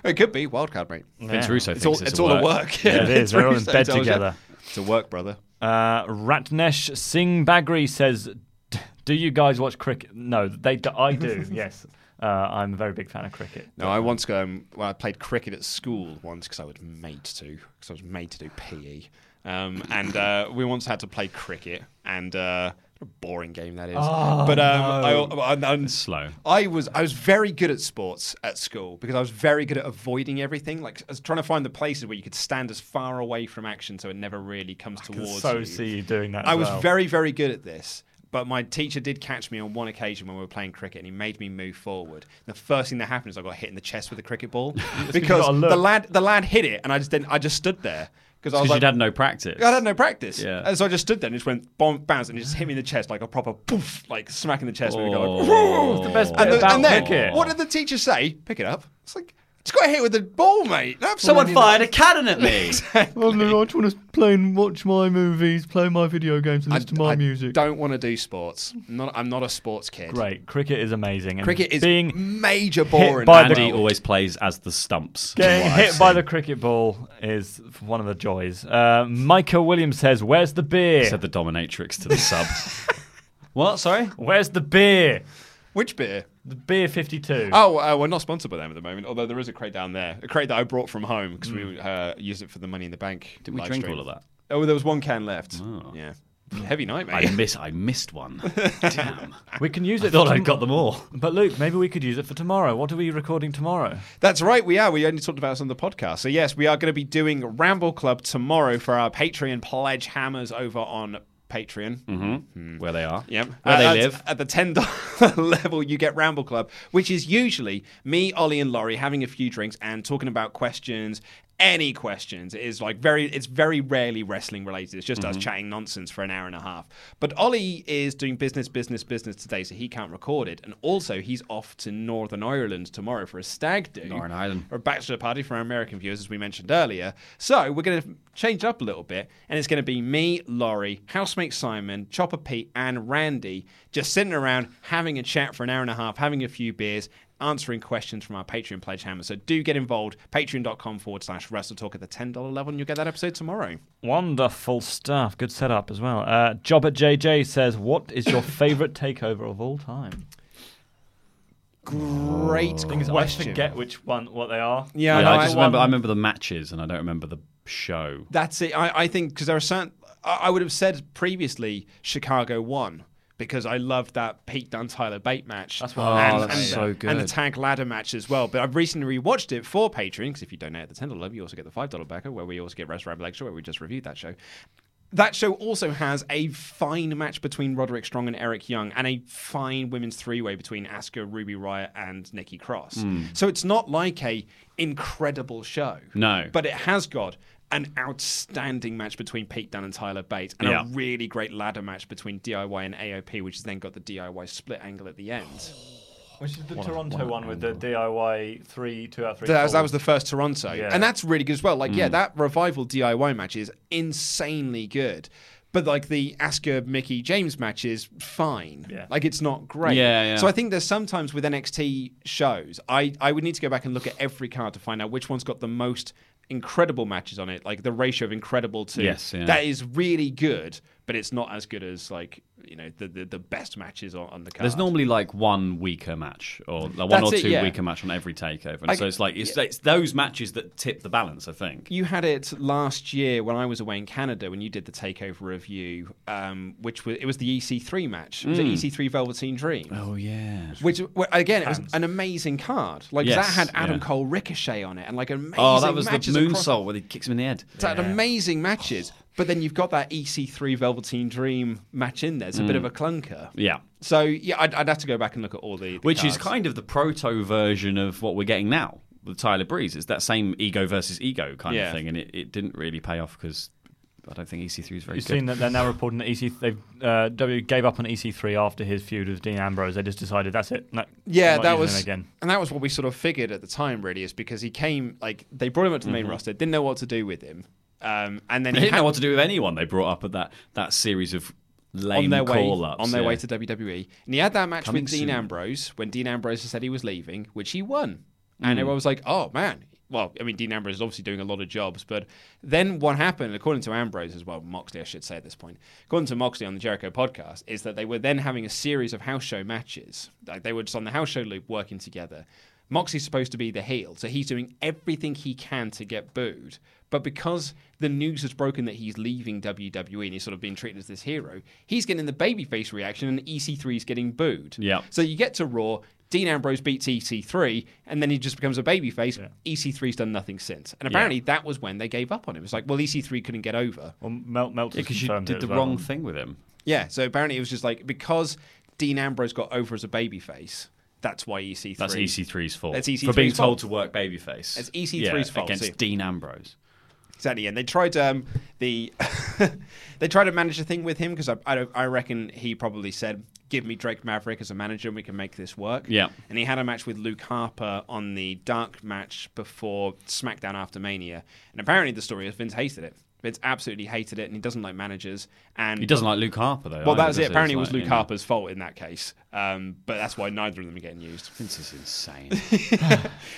C: It could be wildcard, mate.
D: Vince Russo
C: It's all
D: thinks
C: it's all a
D: <laughs>
C: work. Yeah,
E: it
C: <laughs>
E: is. We're all in bed together.
C: It's a work, brother.
E: Uh, Ratnesh Singh Bagri says, "D- "Do you guys watch cricket? No, they. Do. I <laughs> do. yes, uh, I'm a very big fan of cricket.
C: No, I once um, well, I played cricket at school once because I was made to because I was made to do PE, um, and uh, we once had to play cricket, and uh, what a boring game that is. but um, I, I, I,
D: Slow.
C: I was I was very good at sports at school because I was very good at avoiding everything. Like I was trying to find the places where you could stand as far away from action so it never really comes
E: I can
C: towards
E: so
C: you.
E: see you doing that.
C: I
E: as
C: was
E: well.
C: very, very good at this. But my teacher did catch me on one occasion when we were playing cricket, and he made me move forward. The first thing that
E: <laughs>
C: happened is I got hit in the chest with a cricket ball
E: you
C: because
E: gotta
C: the
E: look.
C: lad, the lad hit it, and I just didn't. I just stood there because I was
D: Because
C: like,
D: you'd had no practice.
C: I had no practice.
D: Yeah.
C: And so I just stood there and it just went bomb, bounce, and it just hit me in the chest like a proper poof, like smack in the chest. And, go like,
D: Oh.
E: the best
C: and,
E: bit
C: the-
E: about
C: and then,
E: cricket.
C: what did the teacher say? Pick it up. It's like, just got hit with the ball, mate. No,
D: Someone fired a cannon
C: <laughs>
D: at me.
L: Oh, no, I just want to play and watch my movies, play my video games, and
C: I,
L: listen to my
C: I
L: music.
C: don't want to do sports. I'm not, I'm not a sports kid.
E: Great. Cricket is amazing. And
C: Cricket is
E: being
C: major boring.
E: by the-
D: Andy always plays as the stumps.
E: getting
D: What I've
E: hit by
D: seen.
E: the cricket ball is one of the joys. Uh, Michael Williams says, "Where's the beer?
D: Said the dominatrix
C: <laughs>
D: to the sub.
E: what? Sorry. Where's the beer?
C: Which beer?
E: The beer 52.
C: Oh, uh, we're not sponsored by them at the moment, although there is a crate down there. A crate that I brought from home because we uh, used it for the Money in the Bank.
D: Hmm. Did we
C: live
D: drink
C: stream.
D: all of that?
C: Oh, there was one can left.
D: Oh.
C: Yeah. Heavy night, mate.
D: I miss. I
C: <laughs>
D: missed one. Damn.
E: We can use
D: I
E: it.
D: thought
E: for
D: I
E: tom-
D: got them all.
E: But Luke, maybe we could use it for tomorrow. What are we recording tomorrow?
C: That's right, we are. We only talked about this on the podcast. So, yes, we are going to be doing Ramble Club tomorrow for our Patreon pledge hammers over on Patreon.
D: Where they are.
C: Mm. Yep.
D: Mm.
C: Uh,
D: Where
C: At-
D: they
C: at-
D: live.
C: At the $10 <laughs> level, you get Ramble Club, which is usually me, Ollie, and Laurie having a few drinks and talking about questions. Any questions It is like very, it's very rarely wrestling related. It's just us
D: Mm-hmm.
C: chatting nonsense for an hour and a half. But Ollie is doing business, business, business today, so he can't record it. And also, he's off to Northern Ireland tomorrow for a stag do.
D: Northern Ireland.
C: Or a bachelor party for our American viewers, as we mentioned earlier. So we're going to change up a little bit, and it's going to be me, Laurie, housemate Simon, Chopper Pete, and Randy just sitting around having a chat for an hour and a half, having a few beers. Answering questions from our Patreon pledge hammer. So do get involved. Patreon.com forward slash wrestle talk at the $10 level, and you'll get that episode tomorrow.
E: Wonderful stuff. Good setup as well. Uh, Job at JJ says, "What is your favourite takeover of all time?"
C: Great question.
E: I forget which one, what they are.
C: Yeah,
D: I,
C: no,
D: I just remember. I
E: won-
D: remember the matches, and I don't remember the show.
C: That's it. I, I think because there are certain. I, I would have said previously Chicago won because I loved that Pete Dunn Tyler Bate match. That's
E: what
C: and,
E: that's
C: and-
D: so good.
C: And the tag ladder match as well. But I've recently rewatched it for Patreon because if you donate at the ten dollar level, you also get the five dollar backer where we also get Rest Ramble Extra where we just reviewed that show. That show also has a fine match between Roderick Strong and Eric Young, and a fine women's three-way between Asuka, Ruby Riot, and Nikki Cross.
D: Hmm.
C: So it's not like a incredible show.
D: No.
C: but it has got an outstanding match between Pete Dunne and Tyler Bates, and
D: Yeah.
C: a really great ladder match between DIY and AOP, which has then got the DIY split angle at the end.
E: Which is the Toronto one with the DIY three, two out of three.
C: That was, that
E: falls.
C: was the first Toronto,
E: Yeah. Mm.
C: and that's really good as well. Like, yeah, that revival DIY match is insanely good. But like the Asuka Mickey James match is fine.
E: Yeah.
C: Like it's not great.
D: Yeah, yeah.
C: So I think there's sometimes with NXT shows, I, I would need to go back and look at every card to find out which one's got the most incredible matches on it. Like the ratio of incredible to
D: Yes, yeah.
C: that is really good, but it's not as good as like, you know, the the, the best matches on, on the card.
D: There's normally like one weaker match, or like one
C: That's
D: or
C: it,
D: two
C: yeah.
D: weaker match on every takeover, and
C: I-
D: so it's like it's, it's those matches that tip the balance. I think.
C: You had it last year when I was away in Canada when you did the takeover review, um, which was it was the EC3 match. It was the EC3 Velveteen Dream.
D: Hmm. Oh yeah.
C: Which well, again, it was an amazing card. Like
D: Yes,
C: that had Adam
D: yeah.
C: Cole Ricochet on it, and like amazing.
D: Oh, that was the
C: matches
D: moonsault
C: across-
D: where he kicks him in the head.
C: It's had amazing matches, but then you've got that EC3 Velveteen Dream match in there. It's a
D: Hmm.
C: bit of a clunker.
D: Yeah.
C: So yeah, I'd, I'd have to go back and look at all the, the
D: Which
C: cards.
D: is kind of the proto version of what we're getting now with Tyler Breeze. It's that same ego versus ego kind
C: Yeah.
D: of thing, and it, it didn't really pay off because I don't think EC3 is very good.
E: You've seen that they're now reporting that EC they've uh, W gave up on EC3 after his feud with Dean Ambrose. They just decided that's it. No,
C: Yeah,
E: I'm not
C: that
E: using
C: was
E: him again.
C: and that was what we sort of figured at the time. Really, is because he came like they brought him up to the main roster, didn't know what to do with him, um, and then he
D: <laughs> Mm-hmm. They didn't
C: had
D: know what to do with anyone they brought up at that, that series of lame
C: on their way
D: call-ups.
C: on their
D: yeah.
C: way to WWE, and he had that match
D: Coming
C: with Dean
D: soon.
C: Ambrose when Dean Ambrose said he was leaving, which he won, and
D: Mm.
C: everyone was like, "Oh man." Well, I mean, Dean Ambrose is obviously doing a lot of jobs, but then what happened, according to Ambrose as well, Moxley, I should say at this point, according to Moxley on the Jericho podcast, is that they were then having a series of house show matches. Like they were just on the house show loop working together. Moxie's supposed to be the heel, so he's doing everything he can to get booed. But because the news has broken that he's leaving WWE and he's sort of being treated as this hero, he's getting the babyface reaction and E EC3's getting booed.
D: Yep.
C: So you get to Raw, Dean Ambrose beats EC3, and then he just becomes a babyface. EC3's done nothing since. And apparently that was when they gave up on him. It's like, well, EC3 couldn't get over.
E: Well, Mel- Meltzer
D: Because you
E: confirmed it
D: did the
E: as well.
D: wrong thing with him.
C: Yeah, so apparently it was just like because Dean Ambrose got over as a babyface, that's why EC3.
D: That's EC3's fault.
C: That's
D: For being
C: EC3's
D: told
C: fault.
D: to work babyface.
C: That's EC3's
D: Yeah,
C: fault,
D: Against
C: see.
D: Dean Ambrose.
C: Exactly, and they tried um, the <laughs> they tried to manage the thing with him because I, I, don't- I reckon he probably said, "Give me Drake Maverick as a manager, and we can make this work."
D: Yeah.
C: and he had a match with Luke Harper on the dark match before SmackDown after Mania, and apparently the story is Vince hated it. Vince absolutely hated it, and he doesn't like managers. And
D: He doesn't like Luke Harper though.
C: Well,
D: either,
C: that was
D: does
C: it.
D: he?
C: Apparently, it
D: It's
C: was
D: like,
C: Luke
D: you know,
C: Harper's fault in that case, um, but that's why neither of them are getting used.
D: Vince is insane.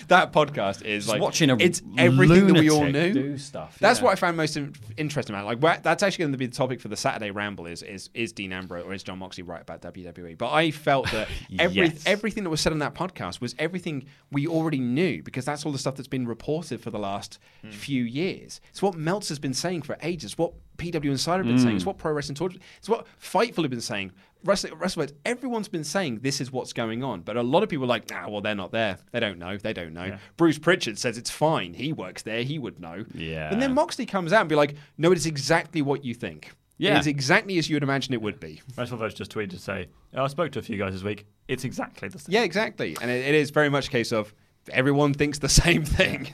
C: that podcast is
D: Just
C: like
D: watching a
C: it's everything that we all knew.
D: lunatic do stuff,
C: That's
D: yeah.
C: what I found most in- interesting about. it. Like wha- that's actually going to be the topic for the Saturday Ramble. Is is is Dean Ambrose or is John Moxley right about WWE? But I felt
D: <laughs>
C: that every
D: Yes.
C: everything that was said on that podcast was everything we already knew because that's all the stuff that's been reported for the last
D: Hmm.
C: few years. It's what Meltzer's been saying for ages. What PW Insider have been
D: Hmm.
C: saying. It's what Pro Wrestling Talk. It's what Fightful have been saying. Wrestling, wrestling, everyone's been saying this is what's going on, but a lot of people are like, ah, well, they're not there. They don't know. They don't know. Bruce Pritchard says it's fine. He works there. He would know.
D: Yeah.
C: And then Moxley comes out and be like, no, it is exactly what you think.
D: Yeah.
C: It is exactly as you would imagine it would be.
E: WrestleVote just tweeted to say, I spoke to a few guys this week. It's exactly the
C: <laughs>
E: same.
C: Yeah, exactly. And it, it is very much a case of everyone thinks the <laughs> same thing.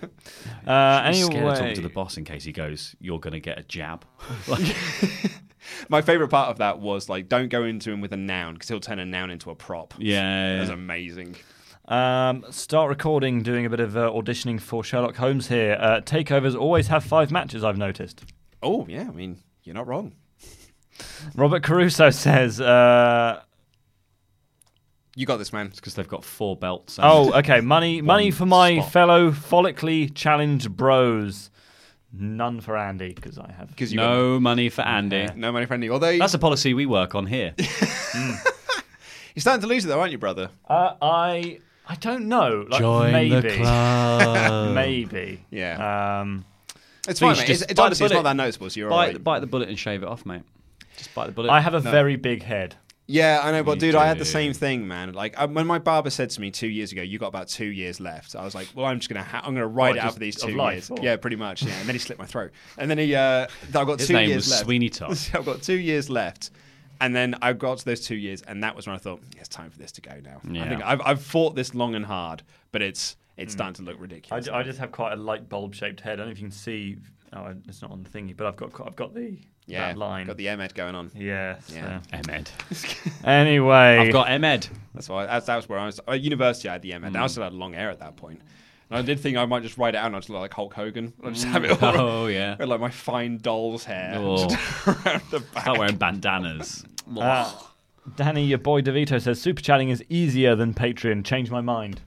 E: Uh,
D: I'm
E: anyway,
D: scared to talk to the boss in case he goes, "You're going to get a jab." <laughs> Like,
C: My favorite part of that was like, don't go into him with a noun because he'll turn a noun into a prop. That
D: yeah, <laughs>
C: was amazing.
E: Um, start recording, doing a bit of uh, auditioning for Sherlock Holmes here. Uh, takeovers always have five matches, I've noticed.
C: Oh, yeah. I mean, you're not wrong.
E: Robert Caruso <laughs> says, uh,
C: You got this, man.
D: because they've got four belts. and- <laughs>
E: "Oh, okay, money, money for my
D: spot.
E: fellow follically challenged bros. None for Andy because I have.
C: Because you got
D: no money for Andy.
C: no money friendly. Although
D: That's a policy we work on here.
C: you're starting to lose it, though, aren't you, brother?
E: Uh, I, I don't know. Like, maybe,
D: club.
E: <laughs> maybe.
C: Yeah.
E: Um,
C: It's
D: Please
C: fine, mate.
D: just
C: It's, it's
D: bite the
C: honestly it's not
D: bullet.
C: that noticeable, so you're all
D: bite,
C: right.
D: the- bite the bullet and shave it off, mate. Just bite the bullet.
E: I have a very big head.
C: Yeah, I know, but
D: You
C: dude, I had the
D: do.
C: same thing, man. Like I, when my barber said to me two years ago, "You got about two years left," I was like, "Well, I'm just gonna, ha- I'm gonna ride
E: What,
C: it out
E: just
C: for these
E: of
C: two
E: life,
C: years."
E: or-
C: Yeah, pretty much. Yeah, and then he slit my throat, and then he, uh, I've got
D: His
C: two
D: name
C: years
D: was
C: left. <laughs>
D: Sweeney Todd.
C: So I've got two years left, and then I got to those two years, and that was when I thought "Yeah, it's time for this to go now. I
D: Yeah.
C: think I've, I've fought this long and hard, but it's it's starting to look
E: I,
C: ridiculous.
E: ju- Mm. I just have quite a light bulb shaped head. I don't know if you can see. Oh, I- it's not on the thingy, but I've got qu- I've got the
C: yeah,
E: that line.
C: got the Ahmed going on.
E: yeah. so-
C: Yeah.
D: Ahmed.
E: Anyway,
D: I've got Ahmed.
C: That's why that's, that was where I was at university. I had the M, and
E: Mm.
C: I also had long hair at that point. And I did think I might just write it out and I just look like Hulk Hogan. I just have
E: Mm.
C: it all.
D: Oh, yeah.
C: <laughs> with, like my fine doll's hair
D: Oh.
C: just around the back.
D: Start wearing bandanas.
E: uh, Danny, your boy DeVito says super chatting is easier than Patreon. Change my mind.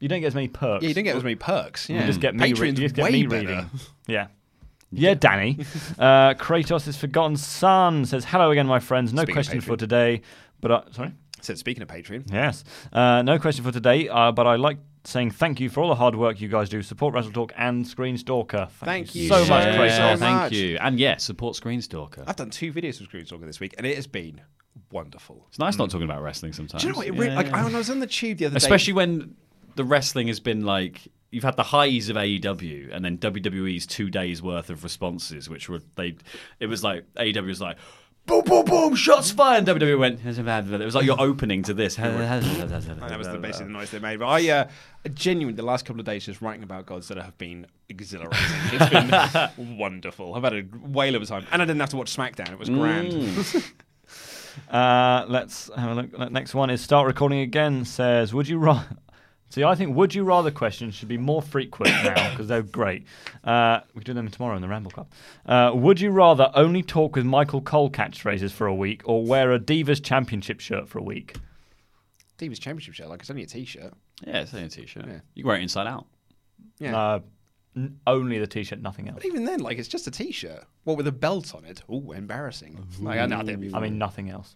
E: You don't get as many perks.
C: Yeah, you didn't get as many perks. Yeah,
E: You just get me, re- you
C: Patreon's
E: just get
C: way
E: me
C: better. <laughs>
E: reading. Yeah. Yeah, Danny. <laughs> Uh, Kratos' Forgotten Son says, Hello again, my friends. No
C: Speaking of
E: question for
C: Patreon.
E: today, but I. Sorry?
C: So speaking of Patreon,
E: Yes. Uh, no question for today, uh, but I like saying thank you for all the hard work you guys do. Support Wrestle Talk and Screen Stalker.
C: Thank you
E: so much,
C: so
E: Kratos.
C: much.
D: Thank you. And yeah, support Screenstalker.
C: I've done two videos with Screen Talker this week, and it has been wonderful.
D: It's nice not talking about wrestling sometimes.
C: Do you know what? It really,
D: Yeah.
C: like I was on the tube the other
D: Especially
C: day.
D: when the wrestling has been like you've had the highs of AEW and then WWE's two days worth of responses, which were they. It was like AEW was like. Boom, boom, boom! Shots fired. And WWE went. It was like your opening to this.
C: And that was the, basically the noise they made. But I uh, genuinely, the last couple of days, just writing about gods that have been exhilarating. It's
M: <laughs>
C: been wonderful. I've had a whale of a time, and I didn't have to watch SmackDown.
M: Mm.
C: It was grand. <laughs>
E: Uh, let's have a look. The Next one is start recording again. Says, would you rather? <laughs> See, I think would you rather questions should be more frequent
C: <coughs>
E: now because they're great. Uh, we do them tomorrow in the Ramble Club. Uh, would you rather only talk with Michael Cole catchphrases for a week or wear a Divas Championship shirt for a week?
C: Divas Championship shirt, like it's only a t-shirt.
D: <laughs> Yeah, it's only a t-shirt.
C: Yeah.
D: You can wear it inside out.
C: Yeah.
E: Uh, n- only the T-shirt, nothing else.
C: But even then, like it's just a t-shirt. What with a belt on it? Oh, embarrassing. Like I know that'd be.
E: I mean,
C: <laughs>
E: nothing else.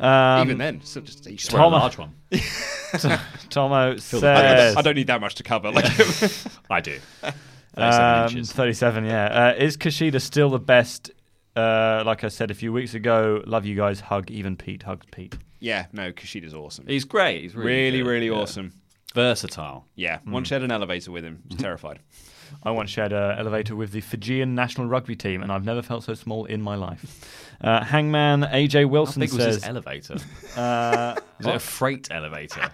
M: Um,
C: even then, still just a t-shirt.
D: Wear a
E: Tom-
D: large one.
E: Tomo
C: I, don't-
E: says.
C: I don't need that much to cover. Like, <laughs>
D: I do. 37
E: Um,
D: inches.
E: 37, yeah. Uh, is Kushida still the best? Uh, like I said a few weeks ago, love you guys. Hug even Pete. Hugs Pete.
C: yeah, no, Kushida's awesome.
D: He's great. He's
C: really,
D: really, good.
C: really
D: Yeah.
C: awesome.
D: Versatile.
C: Yeah,
M: Hmm.
C: once she had an elevator with him,
M: <laughs>
C: was terrified.
E: I once shared an elevator with the Fijian national rugby team, and I've never felt so small in my life. Uh, hangman AJ
D: How
E: Wilson
D: big was
E: says,
D: this elevator?
E: uh,
D: Was it a freight elevator?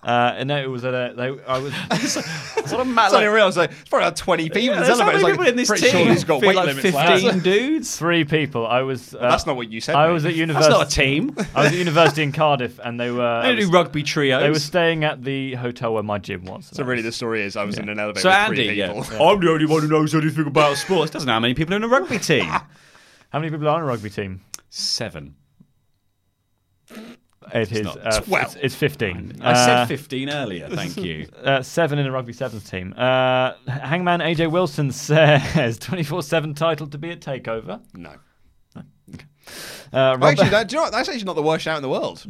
E: Uh, and no, it was at a. They,
D: <laughs>
E: I was.
M: Sort of Matt suddenly realised like, it's probably about 20 people in
D: Yeah,
M: this
D: there's how
M: elevator.
D: many
M: It's like,
D: people in this
M: pretty
D: team?
M: sure he's got
D: Feel
M: weight
D: like
M: limits. lads.
D: 15
M: dudes?
E: Three people. I was. Uh,
M: That's not what you said,
E: I
M: mate.
E: was at
D: That's
E: university.
D: not a team.
E: I was at university in Cardiff, and they were.
D: They
E: I
D: don't do
E: was-
D: rugby trios.
E: They were staying at the hotel where my gym was.
M: So really the story is I was in an elevator
D: so
M: with
D: Andy,
M: three
D: yeah.
M: people.
C: Oh,
D: I'm the only one who knows anything about sports. Doesn't know how many people are in a rugby team.
E: How many people are on a rugby team?
D: Seven.
E: It is.
D: not
E: Uh, it's, it's 15.
D: I
E: Uh,
D: said 15 earlier. Thank you.
E: uh, seven in a rugby sevens team. Uh, Hangman AJ Wilson <laughs> says 24 7 titled to be at TakeOver.
M: No.
E: Uh, Rob-
C: Actually, that, do you know what? that's actually not the worst shout in the world.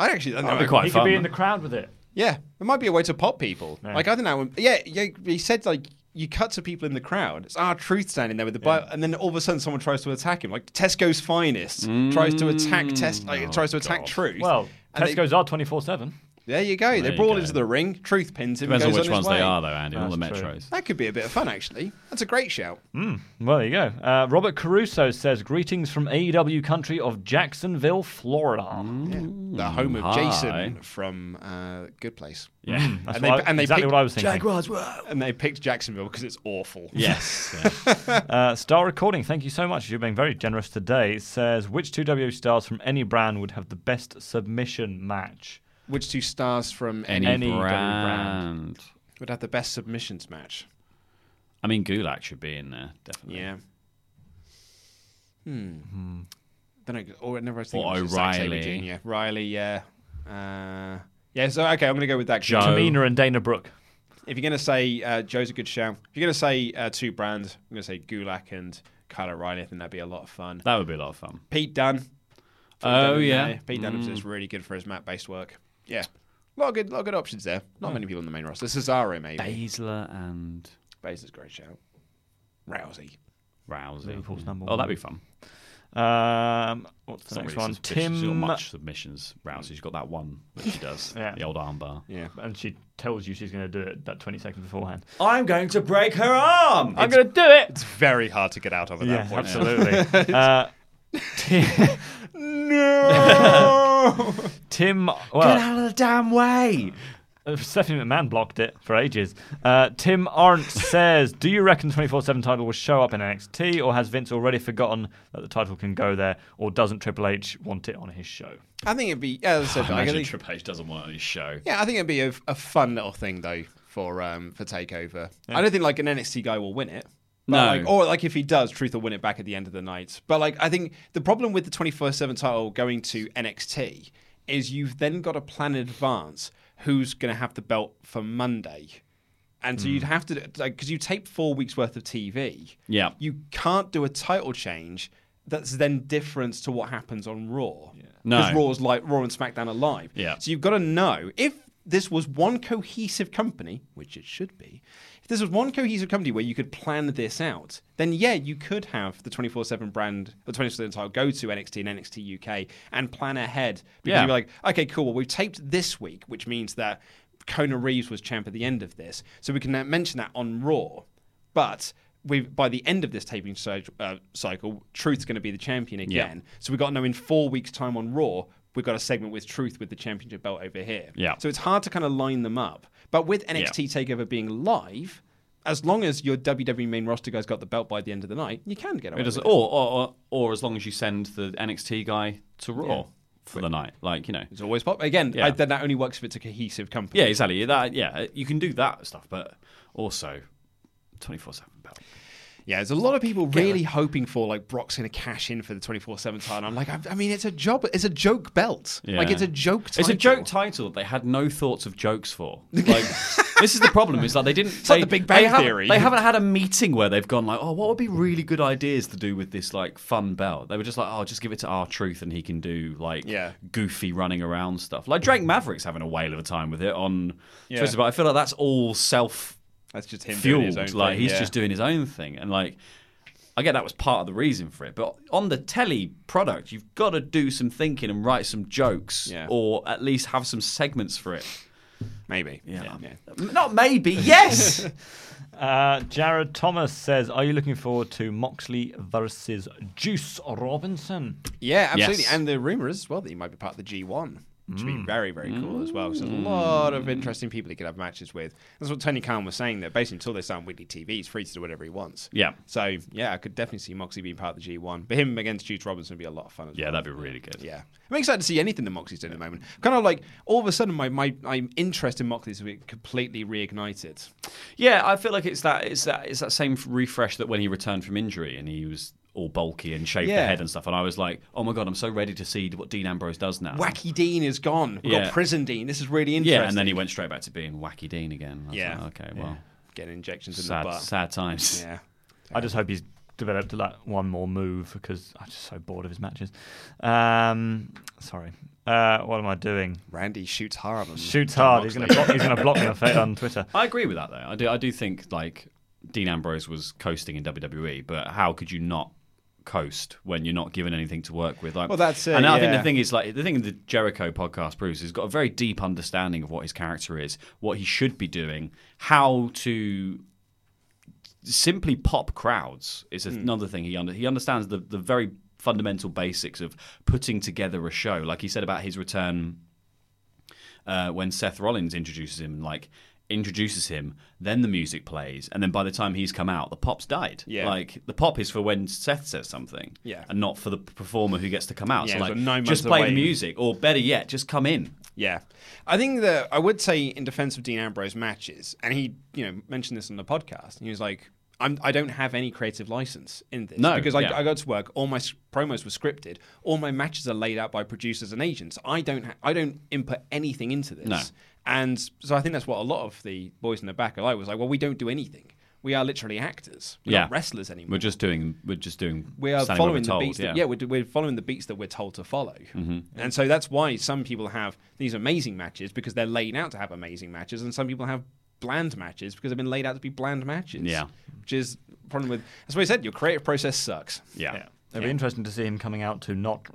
C: I actually, I
D: Hmm. That'd be
C: know.
D: quite
E: he
D: fun.
E: could be in the crowd with it.
C: yeah, it might be a way to pop people. Like I don't know, yeah, yeah. He said like you cut to people in the crowd. It's our truth standing there with the Bible, and then all of a sudden someone tries to attack him. Like Tesco's finest
D: Mm.
C: tries to attack Tes, like,
D: Oh,
C: tries to attack Truth.
E: Well,
C: and they-
E: Tesco's are 24 7.
C: there you go. They're
D: you
C: brought
D: go.
C: into the ring. Truth pins him. and
D: Depends on
C: goes
D: which
C: on his
D: ones
C: way.
D: they are, though, Andy. All the
E: That's true.
D: metros.
C: That could be a bit of fun, actually. That's a great shout.
E: Well, there you go. Uh, Robert Caruso says greetings from AEW country of Jacksonville, Florida.
C: Mm. the home of
D: hi.
C: Jason from uh, Good Place. Mm.
D: Yeah.
E: That's
C: And they-
E: what I-
C: and they
E: exactly
C: picked
E: what I was thinking.
C: And they picked Jacksonville because it's awful.
D: Yes.
E: Uh, Star Recording, thank you so much. You're being very generous today. It says, which two W stars from any brand would have the best submission match?
C: <laughs> Which two stars from any,
D: Any,
E: Any W brand.
D: brand.
C: would have the best submissions match?
D: I mean, Gulak should be in there, definitely.
C: Yeah. Hmm. Then I or whenever I think
D: Or
C: it was Zack Sabre
D: O'Reilly.
C: Jr. Riley, yeah. Uh, yeah, so okay, I'm gonna go with that.
D: Joe.
E: Tamina and Dana Brooke.
C: If you're gonna say uh, Joe's a good shout, if you're gonna say uh, two brands, I'm gonna say Gulak and Kyle O'Reilly. I think that'd be a lot of fun.
D: That would be a lot of fun.
C: Pete Dunn.
D: Oh,
C: Dunne,
D: yeah.
C: Pete Dunn is really good for his mat based work. Yeah. A lot of good, lot of good options there.
D: Mm.
C: Not many people in the main roster. Cesaro maybe.
D: Baszler and
C: Baszler's a great shout. Rousey.
D: Rousey.
E: Liverpool's number
D: Oh, that'd
E: one.
D: be fun.
E: Um, what's the
D: It's not
E: next
D: really
E: one?
D: suspicious. She's got
E: Tim.
D: much submissions. Rousey's got that one, which she does.
E: Yeah.
D: The old armbar.
C: Yeah.
E: And she tells you she's going to do it that 20 seconds beforehand.
D: I'm going to break her arm.
E: I'm going to do it!
C: Very hard to get out of at
E: Yeah, absolutely. uh, <laughs> Tim, <laughs> Tim. Well,
D: out of the damn way.
E: Uh, Stephanie McMahon blocked it for ages. Uh, Tim <laughs> Arndt says, "Do you reckon the 24/7 title will show up in NXT, or has Vince already forgotten that the title can go there, or doesn't Triple H want it on his show?"
C: I think it'd be yeah, as I said, like, I
D: <sighs> Imagine
C: think,
D: Triple H doesn't want on his show.
C: yeah, I think it'd be a, a fun little thing though for um for takeover. I don't think like an NXT guy will win it. But,
D: No.
C: like, or like if he does, Truth will win it back at the end of the night. But like I think the problem with the twenty four seven title going to NXT is you've then got to plan in advance who's going to have the belt for Monday. And so
D: Hmm.
C: you'd have to like because you tape four weeks worth of TV.
D: Yeah.
C: you can't do a title change that's then different to what happens on Raw.
D: No.
C: Because Raw's like Raw and SmackDown are live.
D: Yeah.
C: So you've got to know if this was one cohesive company, which it should be, if this was one cohesive company where you could plan this out, then yeah, you could have the 24 7 brand, the 24 7 title go to NXT and NXT UK and plan ahead because
D: Yeah.
C: you'd be like, okay, cool, well, we've taped this week, which means that Kona Reeves was champ at the end of this. So we can now mention that on Raw. But we by the end of this taping cy- uh, cycle, Truth's going to be the champion again. So we've got to know in four weeks' time on Raw, we've got a segment with Truth with the championship belt over here.
D: Yeah.
C: So it's hard to kind of line them up. But with NXT TakeOver being live, as long as your WWE main roster guys got the belt by the end of the night, you can get away
D: It does,
C: with
D: or,
C: it.
D: or, or, or as long as you send the NXT guy to Raw for the night, like you know.
C: It's always pop. Again,
D: Yeah.
C: I, then that only works if it's a cohesive company.
D: Yeah, exactly. That yeah, you can do that stuff, but also twenty four seven belt.
C: Yeah, there's a lot of people really hoping for like Brock's gonna cash in for the 24/7 title. I'm like, I, I mean, it's a job, it's a joke belt, like
D: Yeah.
C: it's a joke. Title.
D: It's a joke title they had no thoughts of jokes
C: <laughs>
D: for. Like this is the problem. Is like they didn't. It's they,
C: like the Big Bang
D: they haven't-
C: Theory.
D: They haven't had a meeting where they've gone like, oh, what would be really good ideas to do with this like fun belt? They were just like, oh, just give it to our truth and he can do like
C: Yeah.
D: goofy running around stuff. Like Drake Maverick's having a whale of a time with it on Twitter, but I feel like that's all self
C: That's just him doing
D: fueled.
C: his own
D: like
C: thing,
D: he's
C: yeah.
D: just doing his own thing, and like I get that was part of the reason for it. But on the telly product, you've got to do some thinking and write some jokes,
C: Yeah.
D: or at least have some segments for it.
C: maybe. yeah.
D: Not maybe. <laughs> Yes.
C: <laughs>
E: Uh, Jared Thomas says, "Are you looking forward to Moxley versus Juice Robinson?"
C: Yeah, absolutely.
D: Yes.
C: And the rumor is as well that he might be part of the G1. which
D: Mm.
C: would be very, very cool as well. So there's a lot of interesting people he could have matches with. That's what Tony Khan was saying, that basically until they start on weekly TV, he's free to do whatever he wants.
D: Yeah.
C: So, yeah, I could definitely see Moxie being part of the G1. But him against Juice Robinson would be a lot of fun as
D: Yeah,
C: well.
D: that'd be really good.
C: Yeah. I'm excited to see anything that Moxie's doing at the moment. Kind of like all of a sudden my, my, my interest in Moxie's been completely reignited.
D: Yeah, I feel like it's that it's that it's that same refresh that when he returned from injury and he was all bulky and shaved the
C: Yeah.
D: head and stuff, and I was like, oh my god, I'm so ready to see what Dean Ambrose does now.
C: Wacky Dean is gone. We've
D: Oh. Yeah.
C: got Prison Dean. This is really interesting.
D: Yeah, and then he went straight back to being Wacky Dean again. I was
C: Yeah.
D: like, okay, well,
C: getting injections in the
D: sad,
C: butt.
D: sad times.
C: Yeah.
E: I just hope he's developed like one more move because I'm just so bored of his matches. Um, sorry. Uh, what am I doing?
C: Randy shoots hard. on
E: Shoots
C: John
E: hard. He's
C: Moxley.
E: gonna block, he's gonna block me on, fa-
C: <laughs>
E: on Twitter.
D: I agree with that though. I do. I do think like Dean Ambrose was coasting in WWE, but how could you not coast when you're not given anything to work with? Like,
C: Well, that's it,
D: And I think
C: yeah.
D: the thing is like the thing the Jericho podcast proves is he's got a very deep understanding of what his character is, what he should be doing, how to simply pop crowds is
C: Hmm.
D: another thing he under, he understands the the very fundamental basics of putting together a show. Like he said about his return uh, when Seth Rollins introduces him, like introduces him, then the music plays, and then by the time he's come out, the pop's died.
C: Yeah.
D: Like the pop is for when Seth says something.
C: Yeah.
D: And not for the performer who gets to come out.
C: Yeah,
D: so
C: so
D: like
C: nine months
D: just play
C: away.
D: the music, or better yet, just come in.
C: Yeah, I think that I would say in defense of Dean Ambrose matches, and he you know mentioned this on the podcast, and he was like, I'm, "I don't have any creative license in this
D: No,
C: because I,
D: yeah.
C: I go to work, all my s- promos were scripted, all my matches are laid out by producers and agents. I don't ha- I don't input anything into this,
D: No.
C: and so I think that's what a lot of the boys in the back are like was like, well, we don't do anything. We are literally actors. We're
D: yeah.
C: not wrestlers anymore.
D: We're just doing. We're just doing.
C: we are
D: standing where
C: following the
D: we're told, Mm-hmm.
C: beats. That, yeah, we're, d- we're following the beats that we're told to follow, and so that's why some people have these amazing matches because they're laid out to have amazing matches, and some people have bland matches because they've been laid out to be bland matches.
D: Yeah.
C: which is the problem with. That's what I said. Your creative process sucks.
D: Yeah.
E: It'd be interesting to see him coming out to not.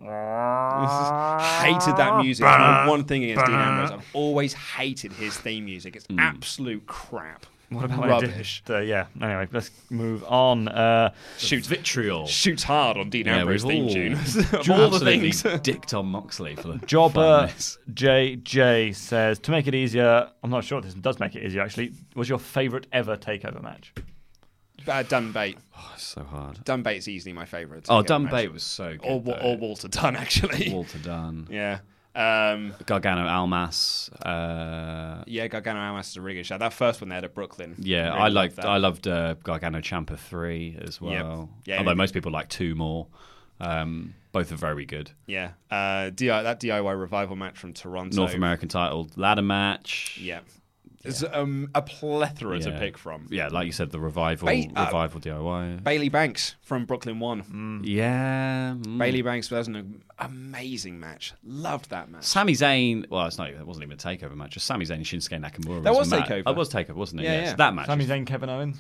E: <laughs>
C: Hated that music. It's my one thing against Dean Ambrose, I've always hated his theme music.
D: Mm.
C: It's absolute crap. What
E: When I did-
C: rubbish?
E: uh, yeah. Anyway, let's move on. Uh,
C: Shoots
D: Vitriol.
C: shoots hard on Dean Ambrose theme
D: <laughs>
C: tune. <laughs> of all the
D: absolutely
C: things. <laughs> uh,
D: dicked on Moxley for the
E: Jobber
D: funness.
E: JJ says to make it easier. I'm not sure if this does make it easier. Actually, was your favourite ever takeover match?
C: Uh, Dunn Bate.
D: So hard.
C: Dunn Bate's easily my favourite.
D: Oh,
C: Okay,
D: Dunn
C: imagine.
D: Bate was so good.
C: or, Wa-
D: though.
C: or Walter Dunn, actually.
D: Walter Dunn.
C: <laughs> Yeah. Um,
D: Gargano Almas. Uh,
C: yeah, Gargano Almas is a really good shout. That first one they had at Brooklyn.
D: yeah,
C: Really
D: I liked.
C: that.
D: I loved uh, Gargano Champa three as well.
C: Yeah,
D: Although
C: it-
D: most people like two more. Um, both are very good.
C: yeah. Uh, DI, that DIY revival match from Toronto.
D: North American title ladder match.
C: Yeah. There's um, a plethora to
D: Yeah.
C: pick from.
D: Yeah, like you said, the revival,
C: Ba- uh,
D: revival DIY.
C: Bailey Banks from Brooklyn One.
D: Mm. yeah, mm.
C: Bailey Banks was an amazing match. Loved that match.
D: Sami Zayn. Well, it's not. It wasn't even a takeover match. Just Sami Zayn and Shinsuke Nakamura.
C: That
D: as a
C: was
D: match.
C: takeover.
D: That was takeover, wasn't it?
C: Yeah,
D: Yes,
C: yeah.
D: that match.
E: Sami
D: is-
E: Zayn, Kevin Owens.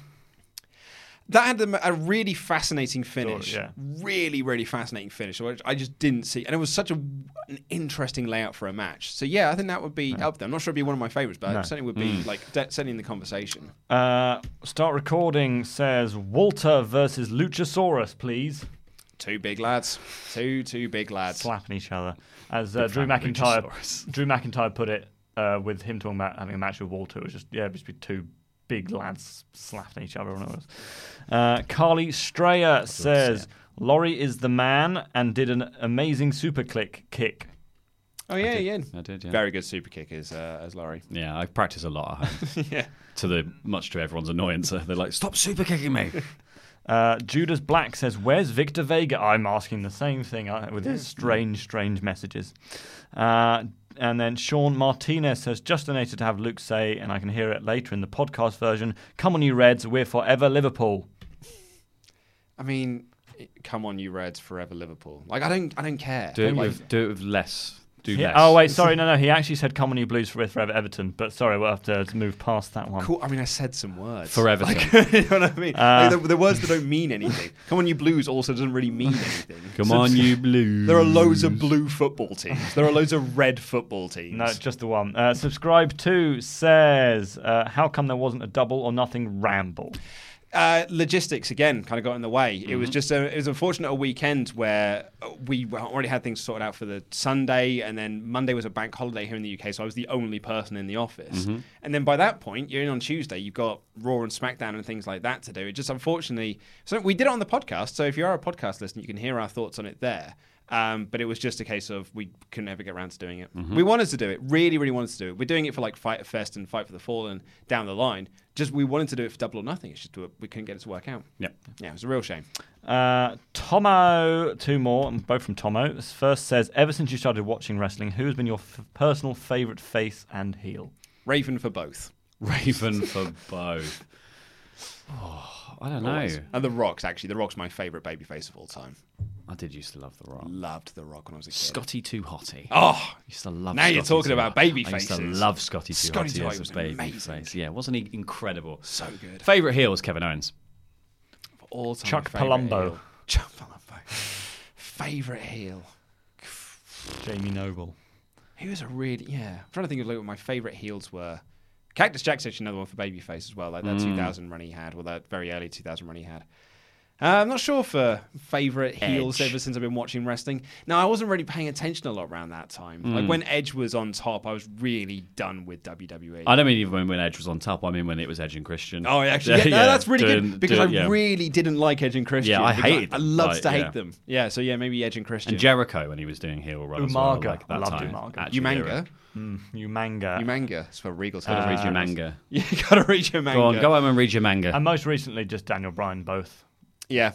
C: That had a, a really fascinating finish.
E: yeah.
C: Really, really fascinating finish, which I just didn't see. And it was such a, an interesting layout for a match. So, yeah, I think that would be up there. I'm not sure it'd be one of my favorites, but it certainly would be
D: Mm.
C: like de- certainly in the conversation.
E: Uh, start recording says Walter versus Luchasaurus, please.
C: Two big lads. Two, two big lads.
E: Slapping each other, as uh, Drew
D: fan of
E: McIntyre.
D: Luchasaurus. <laughs>
E: Drew McIntyre put it uh, with him talking about having a match with Walter. It was just yeah, it'd just be two big lads slapping each other. or whatever it was. Uh, Carly Strayer says Laurie is the man and did an amazing super click kick.
C: Oh, yeah, yeah.
D: I did. Yeah.
C: Very good super kick as, uh, as Laurie.
D: Yeah, I practice a lot at
C: <laughs>
D: home. yeah. To the much to everyone's annoyance, uh, they're like, "Stop super
C: <laughs>
D: kicking me."
E: Uh, Judas Black says, "Where's Victor Vega?" I'm asking the same thing uh, with his strange, strange messages. Uh, and then Sean Martinez says, "Just donated to have Luke say, and I can hear it later in the podcast version. Come on, you Reds, we're forever Liverpool."
C: I mean, come on, you Reds, forever Liverpool. Like, I don't, I don't care.
D: Do it with do it with less. Do
E: He-
D: less.
E: oh
D: <laughs>
E: wait, sorry, no, no. He actually said, "Come on, you Blues, we're forever Everton." But sorry, we'll have to, to move past that one.
C: Cool. I mean, I said some words. <laughs>
D: Forever. Uh,
C: you know what I mean? Like, the, the words that don't mean anything. Come on, you Blues also doesn't really mean anything.
D: <laughs> Come on,
C: <laughs>
D: you blue.
C: There are loads of blue football teams. There are loads of red football teams.
E: No, just the one. Uh, subscribe to says, uh, "How come there wasn't a double or nothing ramble?"
C: Uh, logistics again kind of got in the way. It was just a, it was unfortunate a weekend where uh, we already had things sorted out for the Sunday, and then Monday was a bank holiday here in the UK, so I was the only person in the office. And then by that point, you're in on Tuesday. You've got Raw and SmackDown and things like that to do. It just unfortunately, so we did it on the podcast. So if you are a podcast listener, you can hear our thoughts on it there. Um, but it was just a case of we couldn't ever get around to doing it.
D: Mm-hmm.
C: We wanted to do it, really, really wanted to do it. We're doing it for like Fight Fest and Fight for the Fallen down the line. Just we wanted to do it for Double or Nothing. It's just we couldn't get it to work out.
D: Yeah.
C: Yeah, it was a real shame.
E: Uh, Tomo, two more, and both from Tomo. This first says, ever since you started watching wrestling, who has been your f- personal favourite face and heel?
C: Raven for both.
D: Raven for both. Oh, I don't know.
C: <laughs> And The Rock's actually. The Rock's my favourite babyface of all time.
D: I did used to love The Rock.
C: Loved The Rock when I was a kid.
D: Scotty Too Hotty.
C: Oh,
D: I used to love.
C: Now you're
D: Scotty
C: talking
D: Too
C: about
D: Hot.
C: baby
D: I used to
C: faces.
D: love Scotty Too
C: Scotty Too
D: Hotty
C: Hot
D: as
C: was
D: a baby
C: amazing.
D: face. Yeah, wasn't he incredible?
C: so good.
D: Favorite heel was Kevin Owens.
C: all time
E: Chuck
C: favourite
E: Palumbo.
C: heel. Chuck Palumbo. Favorite heel.
E: Jamie Noble.
C: He was a really yeah. I'm trying to think of like what my favorite heels were. Cactus Jack's actually another one for babyface as well. Like
E: Mm.
C: that 2000 run he had, well that very early 2000 run he had. Uh, I'm not sure for favorite heels
D: Edge.
C: ever since I've been watching wrestling. No, I wasn't really paying attention a lot around that time.
E: Mm.
C: Like when Edge was on top, I was really done with E. WWE.
D: I don't mean even when, when Edge was on top. I mean when it was Edge and Christian.
C: Oh,
D: <laughs>
C: actually, yeah, no, that's really
D: doing-
C: good because
D: doing-
C: I
D: yeah.
C: really didn't like Edge and Christian.
D: Yeah, I
C: because
D: hated
C: I, I
D: them,
C: loved
D: like,
C: to hate
D: yeah.
C: them. Yeah, so yeah, maybe Edge and Christian.
D: and Jericho when he was doing heel run. as well,
E: Umaga.
D: like that
E: Loved
D: time.
E: Umaga.
D: Actually,
C: Umanga,
E: You manga.
C: Umanga. It's for Regal's.
D: Gotta read your Uh, manga.
C: <laughs> You gotta read your Uh, manga.
D: Go on, go home and read your manga.
E: And most recently, just Daniel Bryan, both.
C: Yeah.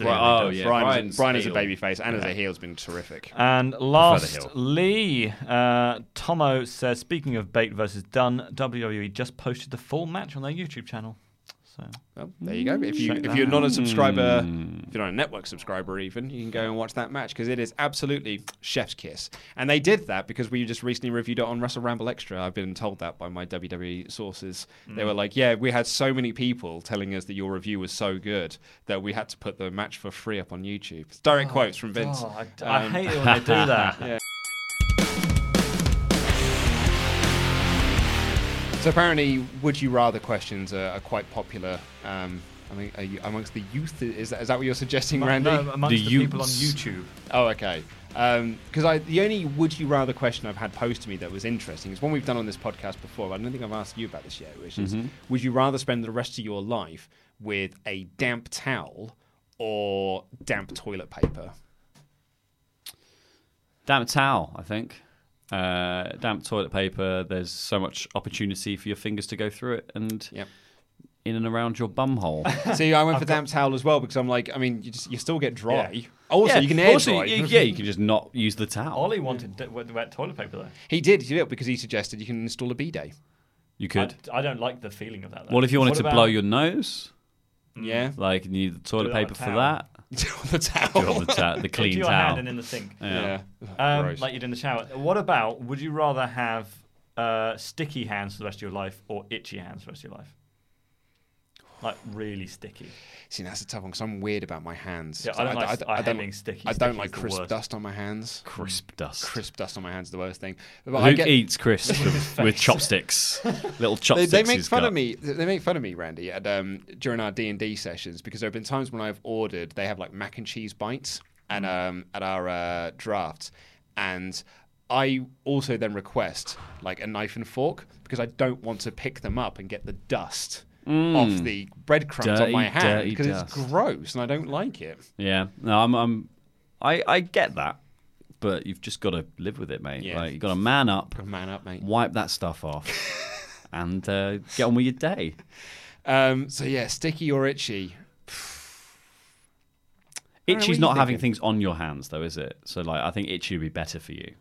D: Right, oh, yeah.
C: Brian,
D: Brian's
C: is, Brian is a
D: heel.
C: babyface and as a heel has been terrific.
E: And
D: Hill.
E: lastly, uh, Tomo says, speaking of Bate versus Dunn, WWE just posted the full match on their YouTube channel. So
C: Well, there you go. If you if you're not a subscriber,
E: Hmm.
C: if you're not a network subscriber, even you can go and watch that match because it is absolutely chef's kiss. And they did that because we just recently reviewed it on Wrestle Ramble Extra. I've been told that by my WWE sources.
E: Hmm.
C: They were like, "Yeah, we had so many people telling us that your review was so good that we had to put the match for free up on YouTube." It's direct
E: Oh,
C: quotes from Vince.
E: I
C: Um,
E: hate it when they do
D: <laughs>
E: that.
C: So apparently, would you rather questions are, are quite popular. Um, I mean, are you, amongst the youth, is that, is that what you're suggesting, Randy?
E: No, amongst
D: The
E: the, people on
D: Utes.
E: YouTube.
C: Oh, okay. Because I the only would you rather question I've had posed to me that was interesting is one we've done on this podcast before. But I don't think I've asked you about this yet, which is would you rather spend the rest of your life with a damp towel or damp toilet paper?
D: Damp towel, I think. Uh, damp toilet paper. There's so much opportunity for your fingers to go through it and
C: Yep.
D: in and around your bum hole.
C: <laughs> See, I went for damp towel as well because I'm like, I mean, you, just, you still get dry. <laughs> Also, you can air
D: also,
C: dry.
D: you- yeah, you can just not use the towel.
E: Ollie wanted d- wet, wet toilet paper, though.
C: He did, he did it because he suggested you can install a bidet.
D: You could.
E: I, I don't like the feeling of that. Though.
D: What if you wanted
E: What
D: to
E: about-
D: blow your nose?
C: Yeah. <laughs>
D: Like, you need the toilet
E: Do it on a
D: paper for
E: towel.
D: that.
C: on the towel.
D: Do
C: <laughs>
D: it on the, ta- the
E: into
D: clean
E: your
D: towel.
E: hand and in the sink,
C: Yeah.
E: um,
C: Gross.
E: like you did in the shower? What about? Would you rather have uh, sticky hands for the rest of your life or itchy hands for the rest of your life? Like really sticky.
C: See, that's a tough one because I'm weird about my hands.
E: Yeah, I don't like- I hate being sticky.
C: I
E: Sticky
C: don't like
E: is the
C: crisp
E: worst.
C: dust on my hands.
D: Crisp dust.
C: Crisp dust on my hands is the worst thing. But
D: Who
C: I get,
D: eats crisp
C: <laughs>
D: with, with chopsticks? Little
C: they,
D: chopsticks.
C: they make
D: he's
C: fun
D: got.
C: of me. They make fun of me, Randy, at, um, during our D and D sessions because there have been times when I've ordered. They have like mac and cheese bites, and
E: Mm.
C: um, at our uh, drafts, and I also then request like a knife and fork because I don't want to pick them up and get the dust off the breadcrumbs on
D: Mm. Dirty,
C: my hand
D: dirty
C: because it's
D: dust.
C: gross and I don't like it.
D: Yeah. No, I'm. I'm I, I get that, but you've just got to live with it, mate.
C: Yeah.
D: Like you've got to man up,
C: Man up, mate.
D: wipe that
C: <laughs>
D: stuff off, and uh, get on with your day.
C: Um, so yeah, sticky or itchy. know, what
D: Itchy's
C: are
D: not
C: you
D: having
C: thinking?
D: things on your hands, though, is it? So, like, I think itchy would be better for you.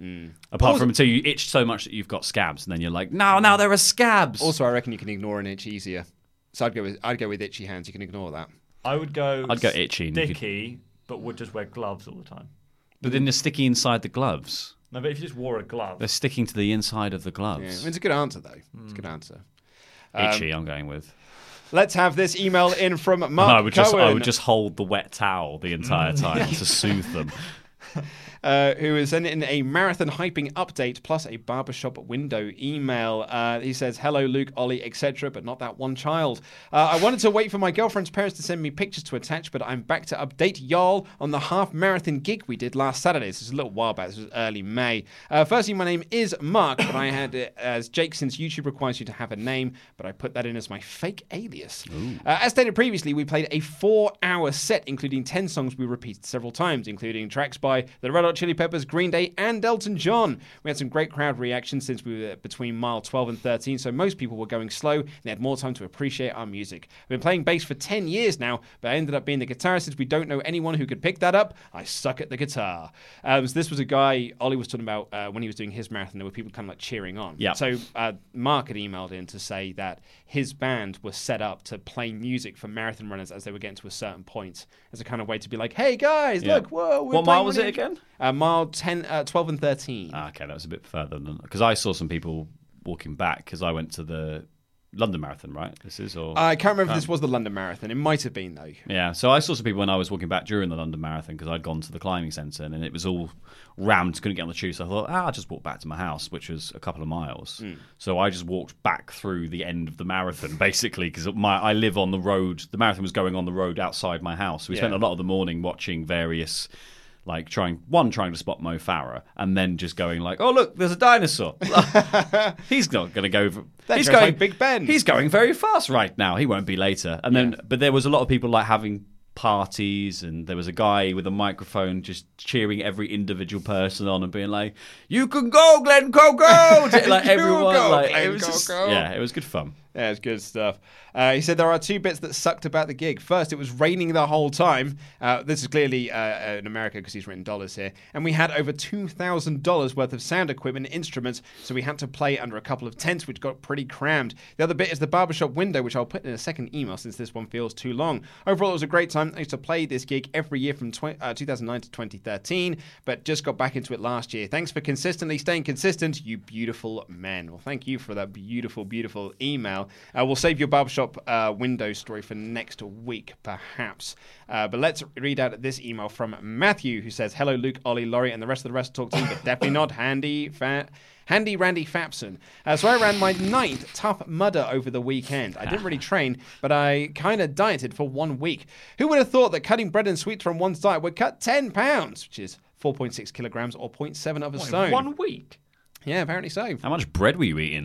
C: Mm.
D: Apart from until you itch so much that you've got scabs, and then you're like, no, now there are scabs.
C: Also, I reckon you can ignore an itch easier. So I'd go with I'd go with itchy hands. You can ignore that.
E: I would go.
D: I'd go itchy and you could-
E: Sticky, but would just wear gloves all the time.
D: but then they're sticky inside the gloves.
E: No, but if you just wore a glove,
D: They're sticking to the inside of the
C: Yeah.
D: gloves.
C: It's a good answer though. It's
D: Hmm.
C: a good answer.
D: itchy, I'm going with.
C: Let's have this email in from Mark
D: No, <laughs> I would just I
C: Cohen. Mm. <laughs>
D: would just hold the wet towel the entire time to soothe them.
C: uh, who is sending in a marathon hyping update plus a barbershop window email. Uh, he says, Hello, Luke, Ollie, etc., but not that one child. Uh, I wanted to wait for my girlfriend's parents to send me pictures to attach, but I'm back to update y'all on the half marathon gig we did last Saturday. This is a little while back. This was early May. Uh, firstly, my name is Mark, but I had it as Jake since YouTube requires you to have a name, but I put that in as my fake alias. Uh, as stated previously, we played a four hour set, including 10 songs we repeated several times, including tracks by the Red Hot Chili Peppers, Green Day, and Elton John. We had some great crowd reaction since we were between mile 12 and 13, so most people were going slow and they had more time to appreciate our music. I've been playing bass for 10 years now, but I ended up being the guitarist since we don't know anyone who could pick that up. I suck at the guitar. Um, so this was a guy Ollie was talking about uh, when he was doing his marathon. There were people kind of like cheering on.
D: Yeah.
C: So uh, Mark had emailed in to say that his band was set up to play music for marathon runners as they were getting to a certain point as a kind of way to be like, hey guys,
D: Yeah.
C: look, whoa. we're
D: What mile
C: playing
D: was it
C: running."
D: again?
C: Uh, mile 10, uh, 12 and 13.
D: Ah, okay, that was a bit further than because I saw some people walking back because I went to the London Marathon, right? This is or
C: I can't
D: Ah.
C: remember if this was the London Marathon. It might have been though.
D: Yeah, so I saw some people when I was walking back during the London Marathon because I'd gone to the climbing centre and it was all rammed, couldn't get on the tube. So I thought, ah, I'll just walk back to my house, which was a couple of miles. So I just walked back through the end of the marathon, <laughs> basically, because my I live on the road. The marathon was going on the road outside my house. We spent a lot of the morning watching various. Like trying one, trying to spot Mo Farah, and then just going like, "Oh look, there's a dinosaur. <laughs> he's not going to go. v-
C: goes
D: he's going
C: like Big Ben.
D: He's going very fast right now. He won't be later. And then, but there was a lot of people like having parties, and there was a guy with a microphone just cheering every individual person on and being like, "You can go,
C: <laughs>
D: Glenn Coco!" To, like everyone,
C: go,
D: like
C: Glenn
D: it was just-
C: Coco.
D: yeah, it was good fun.
C: Yeah, it's good stuff. Uh, he said there are two bits that sucked about the gig. First, it was raining the whole time. Uh, this is clearly uh, uh, in America because he's written dollars here. And we had over $2,000 worth of sound equipment and instruments, so we had to play under a couple of tents, which got pretty crammed. The other bit is the barbershop window, which I'll put in a second email since this one feels too long. Overall, it was a great time. I used to play this gig every year from twen- uh, 2009 to 2013, but just got back into it last year. Thanks for consistently staying consistent, you beautiful men. Well, thank you for that beautiful, beautiful email. Uh, we'll save your barbershop uh, window story for next week, perhaps. Uh, but let's read out this email from Matthew, who says, "Hello, Luke, Ollie, Laurie, and the rest of the rest talk team, but definitely not Handy Fat." Handy Randy Fapson. Uh, so I ran my ninth tough mudder over the weekend. I didn't really train, but I kind of dieted for one week. Who would have thought that cutting bread and sweets from one diet would cut 10 pounds, which is 4.6 kilograms or 0.7 of a stone?
D: One week.
C: Yeah, apparently so.
D: How much bread were
C: <laughs>
D: you eating?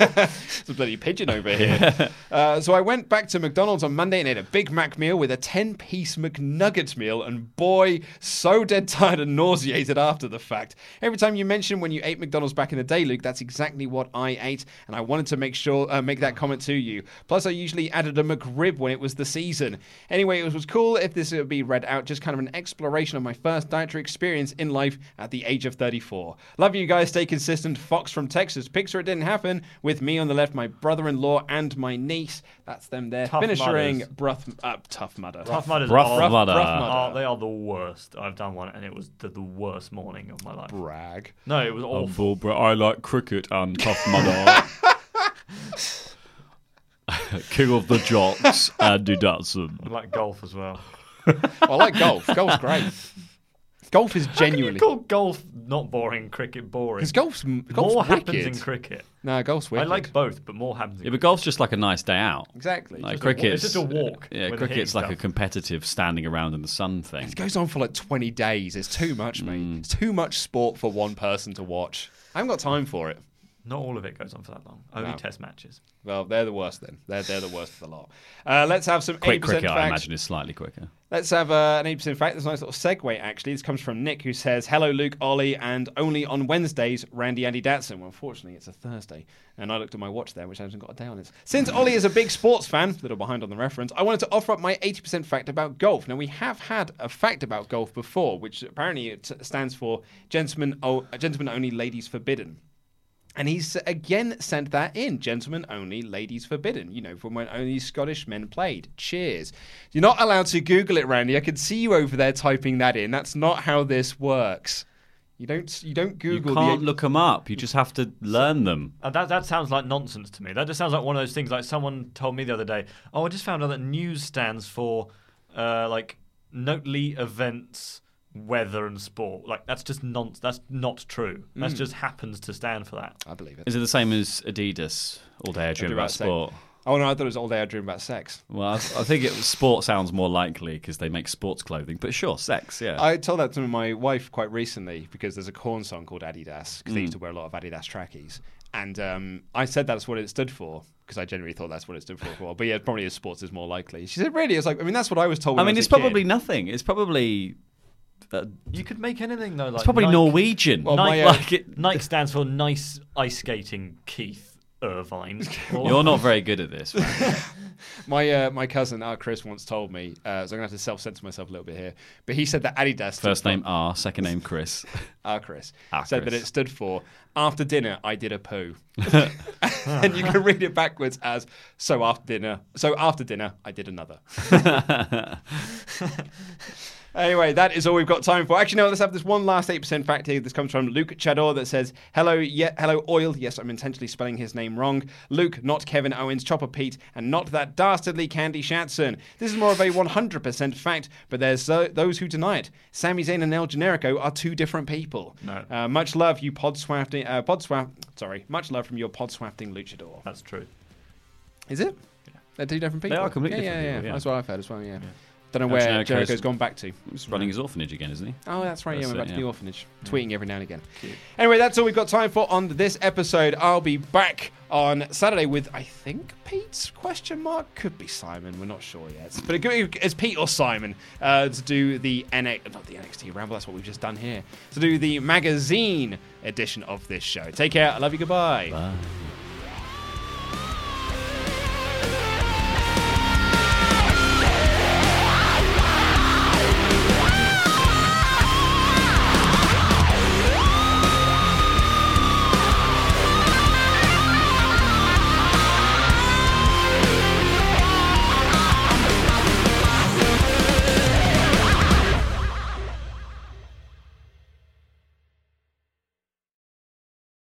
C: It's a bloody pigeon over here. uh, so I went back to McDonald's on Monday and ate a Big Mac meal with a 10 piece McNugget meal, and boy, so dead tired and nauseated after the fact. Every time you mention when you ate McDonald's back in the day, Luke, that's exactly what I ate, and I wanted to make sure uh, make that comment to you. Plus, I usually added a McRib when it was the season. Anyway, it was, was cool if this would be read out, just kind of an exploration of my first dietary experience in life at the age of 34. Love you guys, stay consistent. Fox from Texas. Picture it didn't happen. With me on the left, my brother in law and my niece. That's them there.
E: Tough
C: Finishing
E: mudders.
C: bruth, uh, tough mudder.
E: Tough Mudders
D: Rough
E: are,
D: Mudder.
C: Mudder.
E: Rough Mudder are- they are the worst. I've done one and it was the, the worst morning of my life.
C: Brag.
E: No, it was awful.
D: Oh, I like cricket and tough <laughs> mother. King of the jocks, Andy Dutson.
E: like golf as well.
C: Well, I like golf. Golf's
E: <laughs>
C: great. Golf is genuinely.
E: You call golf not boring, cricket boring.
C: Because golf's, m- golf's
E: more
C: wicked.
E: happens in cricket.
C: no, golf's
E: I
C: wicked.
E: like both, but more happens in
D: Yeah, but golf's just like a nice day out.
C: Exactly.
D: Like
C: Just a walk.
D: cricket, uh,
E: it's just a
C: <laughs>
E: walk
D: Yeah,
E: with
D: cricket's
E: hitting
D: like a
E: stuff.
D: competitive standing around in the sun thing.
C: It goes on for like 20 days. It's too much, mate.
D: Mm.
C: It's too much sport for one person to watch. I haven't got time for it.
E: Not all of it goes on for that long. Only test matches.
C: Well, they're the worst then. They're, they're the worst of the lot. Uh, let's have some
D: Quick
C: 80%
D: cricket,
C: facts.
D: I imagine, is slightly quicker.
C: Let's have uh, an 80% fact. There's a nice little segue, actually. This comes from Nick, who says, Hello, Luke, Ollie, and only on Wednesdays, Randy Andy Datson. Well, unfortunately, it's a Thursday. And I looked at my watch there, which hasn't got a day on it. Since Ollie is a big sports fan, little behind on the reference, I wanted to offer up my 80% fact about golf. Now, we have had a fact about golf before, which apparently it stands for Gentlemen, o- gentlemen Only, Ladies Forbidden. And he's again sent that in. Gentlemen only, ladies forbidden. You know, from when only Scottish men played. Cheers. You're not allowed to Google it, Randy. I can see you over there typing that in. That's not how this works. You don't. You don't
D: You
C: Google.
D: can't
C: the,
D: look them up. You just have to learn them.
E: Uh, that, that sounds like nonsense to me. That just sounds like one of those things. Like someone told me the other day, oh, I just found out that news stands for uh, like notely events weather and sport. Like that's just non. That's not true.
D: Hmm.
E: That just happens to stand for that.
C: I believe it.
D: Is it the same as Adidas? All day I dream
C: Dream
D: about
C: about sex.
D: sport.
C: Oh no, I thought it was all day I dream about sex.
D: Well, I, I think it, sport sounds more likely because they make sports clothing. But sure, sex. Yeah.
C: I told that to my wife quite recently because there's a corn song called Adidas because they
D: Mm.
C: used to wear a lot of Adidas trackies, and um, I said that's what it stood for because I generally thought that's what it stood for. for a while. But yeah, probably as sports is more likely. She said, "Really?" It's like I mean, that's what I was told.
D: I
C: when
D: mean,
C: was
D: it's
C: a kid.
D: probably nothing. It's probably uh,
E: You could make anything though. Like
D: it's probably
E: Nike-
D: Norwegian.
C: Well,
E: Nike,
C: my, uh,
D: like it,
E: Nike stands for nice ice skating Keith
D: <laughs>
E: Irvine. Or-
C: <laughs>
D: you're not very good at this. Right?
C: My uh, my cousin, uh, Chris, once told me, uh, so I'm gonna have to self censor myself a little bit here. But he said that Adidas stood <laughs>
D: First
C: for-
D: name R, second
C: <laughs>
D: name Chris.
C: Ah, Chris
D: Ah,
C: said that
D: Chris.
C: it stood for after dinner I did a
D: <laughs>
C: poo, <laughs> and you can read it backwards as so after dinner, so after dinner I did
D: <laughs>
C: another. Anyway, that is all we've got time for. Actually, no, let's have this one last 8% fact here. This comes from Luke Chador that says, Hello, ye- hello, oil. Yes, I'm intentionally spelling his name wrong. Luke, not Kevin Owens, Chopper Pete, and not that dastardly Candy Shatson. This is more of a 100% fact, but there's tho- those who deny it. Sami Zayn and El Generico are two different people.
E: No.
C: Uh, much love, you podswafting, uh, podswaf, sorry, much love from your podswafting luchador.
E: <laughs> That's true.
C: Is it? They're two different people.
D: are completely
C: yeah,
D: different
C: yeah,
D: people,
C: yeah,
D: yeah.
C: That's what I've heard as well, yeah. Don't know
D: El
C: where
D: Generico's-
C: Jericho's gone back to.
D: He's running his orphanage again, isn't he?
C: Oh, that's right.
D: That's
C: yeah,
D: it,
C: we're back to
D: yeah.
C: the orphanage, tweeting every now and again. Anyway, that's all we've got time for on this episode. I'll be back on Saturday with I think Pete's question mark could be Simon. We're not sure yet, but it could, it's Pete or Simon uh, to do the NX, not the NXT Ramble. That's what we've just done here to do the magazine edition of this show. Take care. I love you. Goodbye.